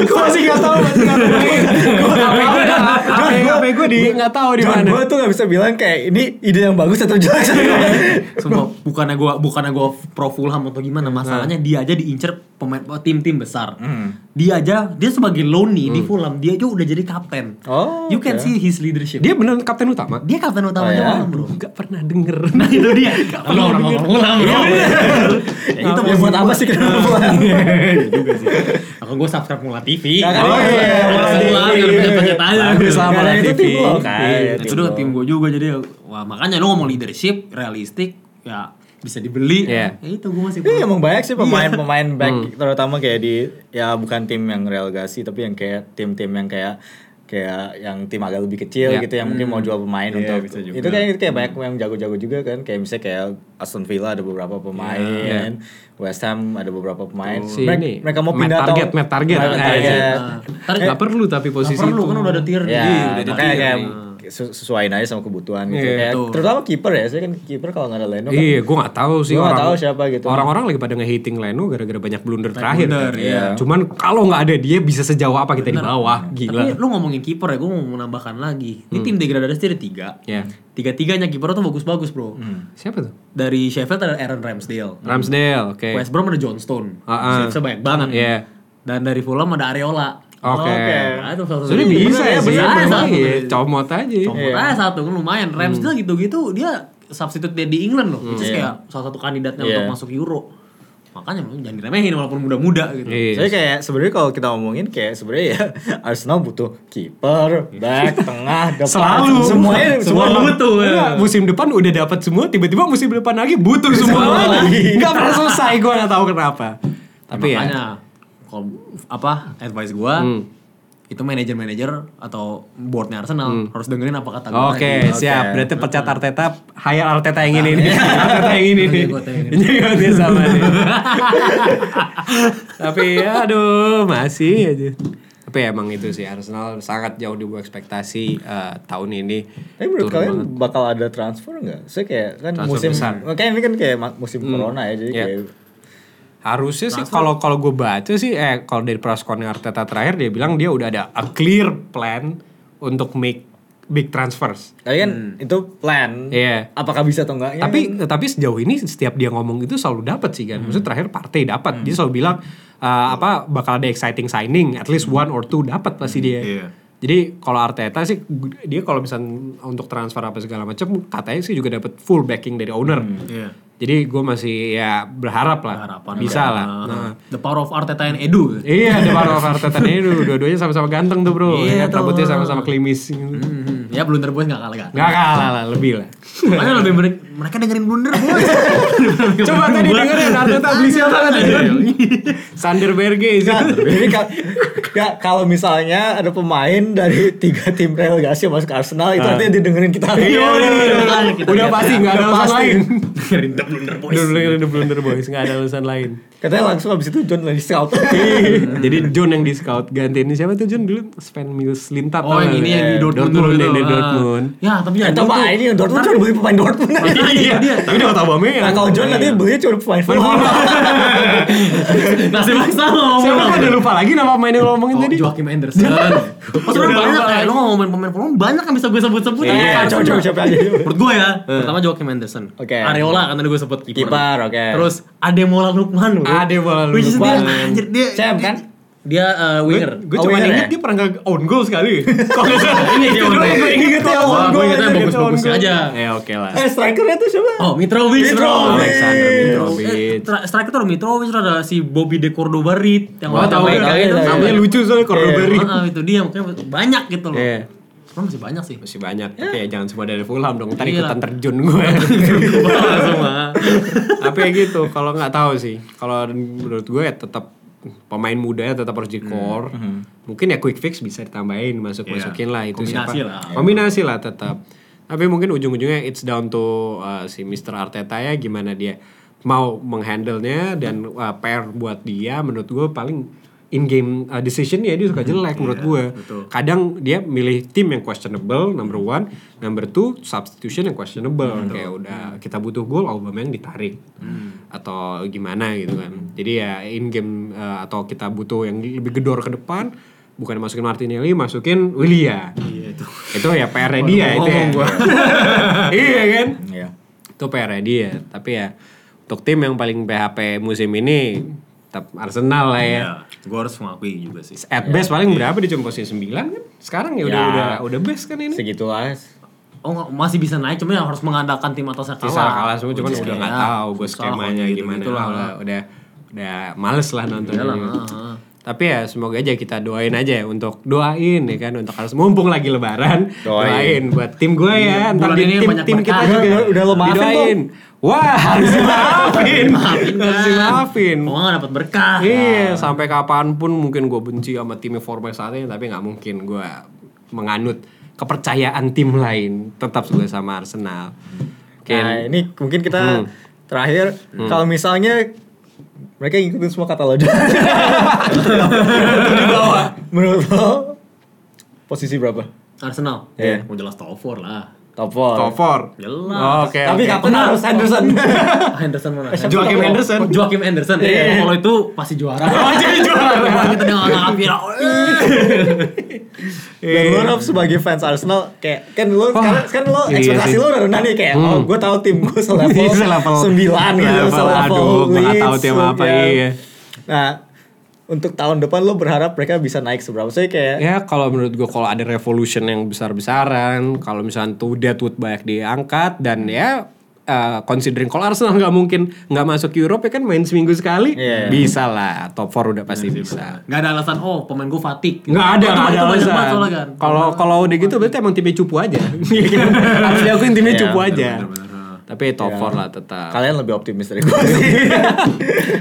Speaker 2: gue masih nggak tahu masih nggak tahu
Speaker 1: Apa gue di nggak tahu di mana.
Speaker 2: gue tuh nggak bisa bilang kayak ini ide yang bagus atau jelek
Speaker 3: Sumpah, bukannya gua bukannya gua pro Fulham atau gimana,
Speaker 2: Hmm.
Speaker 3: masalahnya dia aja diincer pemain tim-tim besar.
Speaker 2: Hmm.
Speaker 3: Dia aja dia sebagai loanee di Fulham, dia aja udah jadi kapten.
Speaker 2: Oh,
Speaker 3: you can see his leadership.
Speaker 1: Dia beneran kapten utama?
Speaker 3: Dia kapten
Speaker 2: Oh,
Speaker 3: utamanya
Speaker 2: ya?
Speaker 3: Fulham, Bro.
Speaker 1: Gak pernah denger.
Speaker 3: Nah, itu dia. Lu orang Fulham. Bro.
Speaker 2: ya,
Speaker 3: Iya,
Speaker 2: itu buat apa sih
Speaker 1: Iya.
Speaker 2: kenapa
Speaker 3: Aku gua subscribe Mula TV.
Speaker 2: Nah, kan,
Speaker 1: Oh, iya,
Speaker 2: iya,
Speaker 1: Mula
Speaker 3: Mula
Speaker 1: TV.
Speaker 3: TV. pencet-pencet aja.
Speaker 1: Bagus lah, Mula
Speaker 2: Karena itu
Speaker 1: TV.
Speaker 2: tim lo kan.
Speaker 1: Iya.
Speaker 3: Itu juga tim gue juga jadi wah makanya lu ngomong leadership, realistik, ya bisa dibeli.
Speaker 1: Iya.
Speaker 3: Ya itu gue masih
Speaker 2: Iya emang banyak sih pemain-pemain back terutama kayak di ya bukan tim yang relegasi tapi yang kayak tim-tim yang kayak kayak yang tim agak lebih kecil gitu yang mungkin mau jual pemain untuk itu kayak kayak banyak yang jago-jago juga kan kayak misalnya kayak Aston Villa ada beberapa pemain West Ham ada beberapa pemain
Speaker 1: Si
Speaker 2: mereka,
Speaker 1: ini,
Speaker 2: mereka mau
Speaker 1: Matt
Speaker 2: pindah
Speaker 1: Target,
Speaker 2: atau
Speaker 1: Matt Target.
Speaker 2: Matt
Speaker 1: Eh,
Speaker 2: Target. Iya,
Speaker 3: Nah, Ntar
Speaker 1: Gak perlu tapi posisi
Speaker 3: Gak perlu
Speaker 1: itu.
Speaker 3: kan udah ada tier
Speaker 2: ya
Speaker 3: Iya, udah ada
Speaker 2: makanya
Speaker 3: tier.
Speaker 2: kayak sesu- sesuaiin aja sama kebutuhan gitu
Speaker 1: Iya,
Speaker 2: Kayak terutama kiper ya saya kan kiper kalau nggak ada Leno kan
Speaker 1: Iya, gue gak tahu sih
Speaker 2: Gua nggak
Speaker 1: orang
Speaker 2: tahu siapa gitu.
Speaker 1: Orang-orang lagi pada nge-hating Leno gara-gara banyak blunder terakhir.
Speaker 3: blunder,
Speaker 1: kan.
Speaker 3: iya.
Speaker 1: Cuman kalau nggak ada dia bisa sejauh apa kita di bawah, gila. Hmm.
Speaker 3: Tapi lu ngomongin kiper ya, gue mau menambahkan lagi. Ini tim degradasi tier 3.
Speaker 1: Iya. Hmm.
Speaker 3: Tiga-tiganya kiper tuh bagus-bagus, Bro.
Speaker 1: Siapa tuh?
Speaker 2: Hmm.
Speaker 3: Dari Sheffield ada Aaron Ramsdale.
Speaker 1: Ramsdale, oke.
Speaker 3: West Brom ada John Stone.
Speaker 1: Eh. Ah, ah.
Speaker 3: Save-nya banyak banget.
Speaker 1: Iya.
Speaker 3: Dan dari Fulham ada Areola.
Speaker 1: Oke.
Speaker 2: Oh, Oke. Iya,
Speaker 3: Nah, itu salah satu. iya,
Speaker 1: Jadi bisa ya,
Speaker 3: bisa
Speaker 1: bisa
Speaker 3: aja satu.
Speaker 1: ya. Comot aja.
Speaker 3: Comot aja satu kan lumayan.
Speaker 1: Hmm.
Speaker 3: Ramsdale gitu-gitu dia substitute dia di England loh. Itu
Speaker 1: Iya.
Speaker 3: kayak salah satu kandidatnya
Speaker 2: Iya.
Speaker 3: untuk masuk Euro. Makanya lu jangan diremehin walaupun muda-muda gitu.
Speaker 1: Iya.
Speaker 2: Saya kayak sebenarnya kalau kita ngomongin kayak sebenarnya ya Arsenal butuh kiper, back, tengah, depan,
Speaker 1: Selalu
Speaker 2: semuanya semua
Speaker 1: Selalu
Speaker 2: butuh.
Speaker 1: butuh. Iya, musim depan udah dapat semua, tiba-tiba musim depan lagi butuh semua.
Speaker 2: lagi.
Speaker 1: Enggak pernah selesai gue nggak tahu kenapa. Tapi ya Hmm.
Speaker 3: Makanya kalau apa advice gua itu manajer-manajer atau boardnya Arsenal harus dengerin apa kata
Speaker 1: Hmm.
Speaker 3: gua.
Speaker 1: Oke,
Speaker 3: tadi.
Speaker 1: siap. Berarti pecat Arteta, hire Arteta yang ini nih. Arteta yang ini nih.
Speaker 3: Jago tayang ini.
Speaker 1: Jagoannya sama nih. Tapi aduh, masih aja. Tapi emang itu sih Arsenal sangat jauh di bawah ekspektasi eh, tahun ini.
Speaker 2: Tapi menurut
Speaker 1: Turun
Speaker 2: kalian
Speaker 1: banget.
Speaker 2: bakal ada transfer nggak? Saya kayak kan
Speaker 1: Transfer
Speaker 2: musim
Speaker 1: besar.
Speaker 2: makanya ini kan kayak ma- musim corona ya jadi
Speaker 1: Iya.
Speaker 2: kayak
Speaker 1: harusnya sih kalau kalau gue baca sih eh kalau dari presscon Arteta terakhir dia bilang dia udah ada a clear plan untuk make big transfers.
Speaker 2: tapi kan itu plan.
Speaker 1: Hmm. Iya.
Speaker 2: Apakah bisa atau enggaknya?
Speaker 1: tapi tapi sejauh ini setiap dia ngomong itu selalu dapat sih kan. Maksudnya terakhir partai dapat. Dia selalu bilang eh, apa bakal ada exciting signing, at least one or two dapat pasti dia.
Speaker 4: Iya.
Speaker 1: Jadi kalau Arteta sih gu- dia kalau misalnya untuk transfer apa segala macam katanya sih juga dapat full backing dari owner.
Speaker 3: Hmm.
Speaker 4: Iya.
Speaker 1: Jadi gue masih ya berharap lah
Speaker 3: Harapan
Speaker 1: bisa
Speaker 3: mereka.
Speaker 1: lah.
Speaker 3: Nah,
Speaker 1: Nah.
Speaker 3: The power of Arteta and Edu.
Speaker 1: iya, ada Marvel Arteta nih dulu, dua-duanya sama-sama ganteng tuh bro.
Speaker 3: Iya,
Speaker 1: Iya,
Speaker 3: tuh.
Speaker 1: rambutnya sama-sama klimis. Gitu.
Speaker 3: Hmm, ya blunder boys gak kalah kan.
Speaker 1: Gak kalah lah, lebih lah.
Speaker 3: Makanya lebih mer- mereka dengerin blunder boys.
Speaker 1: Coba tadi dengerin Arteta beli siapa tadi?
Speaker 3: Iya,
Speaker 1: Sander Berge sih.
Speaker 2: Nah, jadi ka- ya, kalau misalnya ada pemain dari tiga tim relegasi yang masuk ke Arsenal itu artinya dia dengerin kita.
Speaker 1: Iya, udah, udah,
Speaker 3: Kita
Speaker 1: udah
Speaker 3: lihat
Speaker 1: pasti
Speaker 3: ya.
Speaker 1: nggak ada
Speaker 2: Udah
Speaker 1: alasan
Speaker 2: pasti.
Speaker 1: lain.
Speaker 3: dengerin the blunder boys.
Speaker 1: Udah blunder, udah blunder boys, nggak ada alasan lain.
Speaker 2: Katanya langsung habis itu John lagi scout.
Speaker 1: iya, Jadi John yang di scout gantiin siapa tuh John dulu Sven Mills lintar
Speaker 3: Oh yang ini yang di Dortmund,
Speaker 1: Dortmund
Speaker 3: dulu.
Speaker 1: yang di
Speaker 3: Ah.
Speaker 1: Dortmund.
Speaker 3: Ya tapi ya
Speaker 2: Ya, coba ini Dortmund cuma beli pemain Dortmund.
Speaker 3: Iya dia.
Speaker 1: Tapi udah tahu Bame
Speaker 2: Nah kalau John nanti belinya cuma pemain Fulham.
Speaker 3: Nasib baik sama
Speaker 1: Siapa
Speaker 3: ngomong.
Speaker 1: kok udah lupa lagi nama pemain yang lo
Speaker 3: Oh,
Speaker 1: ngomongin tadi?
Speaker 3: Joachim Anderson. Oh,
Speaker 1: Udah
Speaker 3: sebenarnya banyak
Speaker 1: lupa.
Speaker 3: ya. Lo ngomongin pemain Fulham banyak yang bisa gue sebut-sebut.
Speaker 2: Iya,
Speaker 3: Tapi
Speaker 2: coba siapa aja.
Speaker 3: Menurut gue ya, pertama Joachim Anderson.
Speaker 2: Oke.
Speaker 3: Areola kan tadi gue sebut kiper.
Speaker 2: Kiper, oke.
Speaker 3: Terus Ademola Lukman. bro.
Speaker 1: Ademola
Speaker 3: Which is dia
Speaker 1: Lookman.
Speaker 3: anjir dia
Speaker 2: Cem, kan?
Speaker 3: Dia eh, winger.
Speaker 1: Gue
Speaker 2: Oh,
Speaker 1: cuma
Speaker 2: winger
Speaker 1: inget
Speaker 2: ya?
Speaker 1: dia pernah nggak own goal sekali. Kalau nggak salah,
Speaker 3: Ini
Speaker 1: itu
Speaker 3: dia
Speaker 1: doang
Speaker 3: own Iya, goal.
Speaker 1: gue inget ya
Speaker 3: Wah,
Speaker 1: own
Speaker 3: gue
Speaker 1: goal.
Speaker 3: ingetnya
Speaker 1: aja, gitu,
Speaker 3: bagus-bagus
Speaker 1: own goal.
Speaker 3: aja.
Speaker 1: Ya oke lah.
Speaker 2: Eh strikernya tuh siapa?
Speaker 3: Oh, Mitrovic, bro.
Speaker 2: Mitrovic.
Speaker 1: Alexander
Speaker 3: Eh,
Speaker 1: Mitrovic.
Speaker 3: tra- striker tuh ada Mitrovic terus ada si Bobby de Cordoba Reed yang
Speaker 1: Wah
Speaker 3: orang
Speaker 1: tahu Eh,
Speaker 3: baik
Speaker 1: kan?
Speaker 3: kali itu.
Speaker 2: tahu.
Speaker 1: Namanya lucu soalnya Cordoberi.
Speaker 3: Heeh, itu dia makanya banyak gitu loh.
Speaker 1: Iya.
Speaker 3: Sekarang masih banyak sih.
Speaker 1: Masih banyak. Oke, jangan semua dari Fulham dong. Ntar
Speaker 3: Iya.
Speaker 1: ikutan terjun gue.
Speaker 3: semua.
Speaker 1: Tapi ya gitu, kalau nggak tahu sih. Kalau menurut gue ya tetap pemain muda ya tetap harus di core.
Speaker 3: Hmm.
Speaker 1: Mungkin ya quick fix bisa ditambahin, masuk-masukin lah itu
Speaker 3: Iya. Kombinasi
Speaker 1: siapa.
Speaker 3: lah.
Speaker 1: Iya. Kombinasi lah tetap. Tapi mungkin ujung-ujungnya it's down to uh, si Mr. Arteta ya gimana dia mau menghandle-nya dan uh, PR buat dia menurut gue paling in game uh, decision ya dia suka jelek menurut gue. Kadang dia milih tim yang questionable number one, number two substitution yang questionable kayak udah kita butuh gol Aubameyang ditarik atau gimana gitu kan. Jadi ya in game uh, atau kita butuh yang lebih gedor ke depan bukan masukin Martinelli masukin Willian itu ya PR-nya dia itu ya. iya kan
Speaker 2: Iya.
Speaker 1: itu PR-nya dia tapi ya untuk tim yang paling PHP musim ini tetap Arsenal lah
Speaker 3: Iya.
Speaker 1: ya
Speaker 4: Ya, gue harus mengakui juga sih.
Speaker 1: at best paling berapa di cuma posisi 9 kan sekarang ya, udah
Speaker 2: Ya.
Speaker 1: udah udah best kan ini
Speaker 2: Segitu lah.
Speaker 3: Oh nggak, masih bisa naik, cuma yang harus mengandalkan tim atasnya kalah.
Speaker 1: sisa kalah semua cuman
Speaker 3: Iya,
Speaker 1: udah nggak
Speaker 3: iya.
Speaker 1: tahu gue
Speaker 3: Susah
Speaker 1: skemanya
Speaker 3: kalau gitu,
Speaker 1: gimana
Speaker 3: gitulah.
Speaker 1: udah, udah udah males lah nonton
Speaker 3: Iyalah,
Speaker 1: ini.
Speaker 3: heeh.
Speaker 1: tapi ya semoga aja kita doain aja ya untuk doain ya kan untuk harus mumpung lagi lebaran doain,
Speaker 2: Doain.
Speaker 1: buat tim gue ya ntar
Speaker 3: Iya, bulan
Speaker 1: di
Speaker 3: ini
Speaker 1: tim
Speaker 3: banyak
Speaker 1: tim kita
Speaker 3: berkah.
Speaker 1: juga
Speaker 2: Udah- udah lo maafin,
Speaker 1: didoain wah harus dimaafin
Speaker 3: Maafin
Speaker 1: harus
Speaker 3: kan.
Speaker 1: dimaafin
Speaker 3: Oh nggak dapat berkah.
Speaker 1: Iya, sampai kapanpun mungkin gue benci sama timnya Formal saat ini, tapi nggak mungkin gue menganut kepercayaan tim lain. Tetap gue sama Arsenal. Oke,
Speaker 2: Nah, ini mungkin
Speaker 1: Hmm.
Speaker 2: kita terakhir kalau misalnya mereka ngikutin semua kata lo. Di bawah. Menurut lo posisi berapa?
Speaker 3: Arsenal.
Speaker 2: Iya.
Speaker 3: Mau jelas top 4 lah.
Speaker 2: Top 4.
Speaker 1: top four.
Speaker 3: Jelas.
Speaker 1: Oh, Oke.
Speaker 2: Tapi
Speaker 1: oke.
Speaker 2: kapan harus Anderson?
Speaker 1: Ah,
Speaker 3: Henderson mana?
Speaker 1: Joachim Henderson.
Speaker 3: Oh, Joachim Anderson.
Speaker 2: Iya.
Speaker 3: Kalau itu pasti juara.
Speaker 1: Oh,
Speaker 3: Pasti juara. Kita dengan anak Vira.
Speaker 2: Dan lo Rob, sebagai fans Arsenal kayak kan
Speaker 1: Wah.
Speaker 2: lo sekarang kan lo
Speaker 1: Iya
Speaker 2: ekspektasi
Speaker 1: sih.
Speaker 2: lo udah rendah nih kayak
Speaker 1: Hmm. Iya,
Speaker 2: oh gue tahu tim gue selevel
Speaker 1: Selevel.
Speaker 2: sembilan gitu
Speaker 1: Selevel,
Speaker 2: selevel
Speaker 1: aduh, gua nggak
Speaker 2: Leeds,
Speaker 1: tahu tim apa,
Speaker 2: Fulham.
Speaker 1: iya.
Speaker 2: Nah untuk tahun depan lo berharap mereka bisa naik seberapa? Saya kayak
Speaker 1: Ya kalau menurut gue kalau ada revolution yang besar-besaran, kalau misalnya tuh dead wood banyak diangkat dan ya eh, considering kalau Arsenal nggak mungkin nggak masuk Europe ya kan main seminggu sekali
Speaker 2: Iya.
Speaker 1: bisa lah top 4 udah pasti bisa.
Speaker 3: Gak ada alasan, oh pemain gue Fatik.
Speaker 1: Iya, Nggak ada,
Speaker 3: Oh, itu
Speaker 1: nggak ada
Speaker 3: banyak
Speaker 1: alasan.
Speaker 3: banget soalnya kan.
Speaker 1: Kalau kalau udah gitu berarti emang timnya cupu aja. Iya kan? Harus diakuin timnya
Speaker 2: Iya,
Speaker 1: cupu
Speaker 2: bener,
Speaker 1: aja. Tapi top
Speaker 3: Iya.
Speaker 1: 4 lah tetap.
Speaker 2: kalian lebih optimis dari gue sih.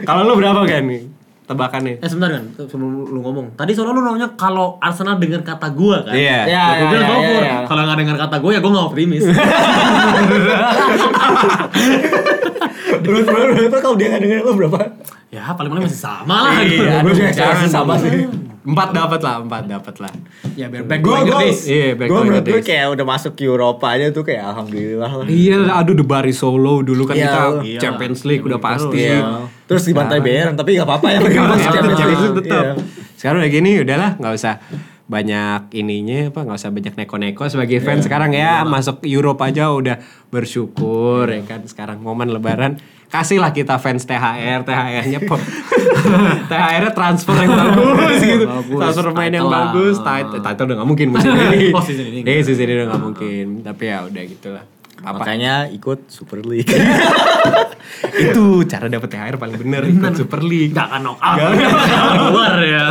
Speaker 1: Kalau lu berapa kan nih tebakannya?
Speaker 3: Eh sebentar kan, sebelum lu ngomong. Tadi soalnya lu namanya kalau Arsenal dengar kata gua kan.
Speaker 1: Iya.
Speaker 2: Ya, ya,
Speaker 3: Gue
Speaker 2: ya,
Speaker 3: bilang top
Speaker 2: ya,
Speaker 3: four.
Speaker 2: ya.
Speaker 3: Kalau nggak dengar kata gue ya gue nggak optimis.
Speaker 2: Menurut menurut- menurut lo kalau dia nggak dengerin lo berapa?
Speaker 3: ya paling paling masih sama lah. gitu.
Speaker 1: Iya, aduh,
Speaker 2: Gua juga
Speaker 1: jangan
Speaker 2: ekspektasi sama
Speaker 1: sama
Speaker 2: sih.
Speaker 1: sih. Empat dapat lah, empat dapat lah.
Speaker 3: Ya biar back
Speaker 2: Gue
Speaker 3: to
Speaker 2: gue
Speaker 3: Inggris.
Speaker 1: Iya, back
Speaker 2: gue
Speaker 1: to
Speaker 2: menurut gue
Speaker 1: Inggris.
Speaker 2: kayak udah masuk ke Eropa aja tuh kayak alhamdulillah lah.
Speaker 1: Iya, aduh The Bari Solo dulu kan
Speaker 2: Iya,
Speaker 1: kita
Speaker 3: iya.
Speaker 1: Champions League udah pasti.
Speaker 2: Iya. Terus dibantai
Speaker 1: Nah.
Speaker 2: BR tapi gak apa-apa ya. mereka
Speaker 1: Champions
Speaker 2: masuk
Speaker 1: League,
Speaker 2: Champions
Speaker 1: Champions League
Speaker 2: League.
Speaker 1: tetap.
Speaker 2: Iya.
Speaker 1: Sekarang udah gini udahlah nggak usah banyak ininya apa nggak usah banyak neko-neko sebagai fans sekarang ya masuk Eropa aja udah bersyukur ya kan sekarang momen lebaran kasihlah kita fans THR THR-nya THR-nya transfer yang bagus gitu
Speaker 3: Bagus,
Speaker 1: transfer pemain yang
Speaker 3: title lah.
Speaker 1: bagus title, title udah nggak mungkin musim ini
Speaker 3: Oh, season ini
Speaker 1: Eh, season ini udah nggak mungkin tapi ya udah gitulah apa
Speaker 2: Makanya ikut Super League.
Speaker 1: itu cara dapet THR paling bener ikut Super League
Speaker 3: Gak akan knock out. Keluar ya.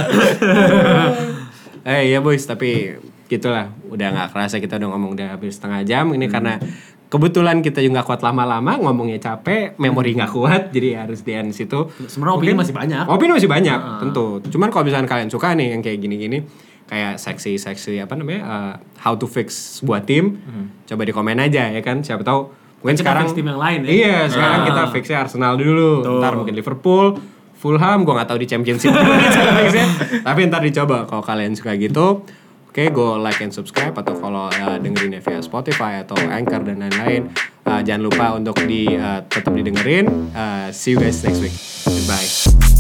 Speaker 1: Eh iya boys, tapi gitulah udah nggak kerasa kita udah ngomong udah hampir setengah jam ini
Speaker 3: Hmm.
Speaker 1: karena kebetulan kita juga nggak kuat lama-lama ngomongnya capek, memori nggak kuat jadi harus di end situ.
Speaker 3: Hmm. Sebenarnya opini
Speaker 1: Mungkin-
Speaker 3: masih banyak. Ah.
Speaker 1: Opini masih banyak tentu. Cuman kalau misalnya kalian suka nih yang kayak gini-gini kayak seksi-seksi apa namanya eh, how to fix sebuah tim coba di komen aja ya kan siapa tahu mungkin
Speaker 3: Hmm. Kita
Speaker 1: sekarang
Speaker 3: fix tim yang lain ya.
Speaker 1: iya sekarang
Speaker 3: Ah.
Speaker 1: kita fixnya Arsenal dulu ntar mungkin Liverpool Fulham gue nggak tahu di Championship gimana cara fixnya. tapi ntar dicoba kalau kalian suka gitu Oke, go like and subscribe atau kalau eh, dengerinnya via Spotify atau Anchor dan lain-lain. Eh, jangan lupa untuk di eh, tetap didengerin. Eh, see you guys next week. Goodbye.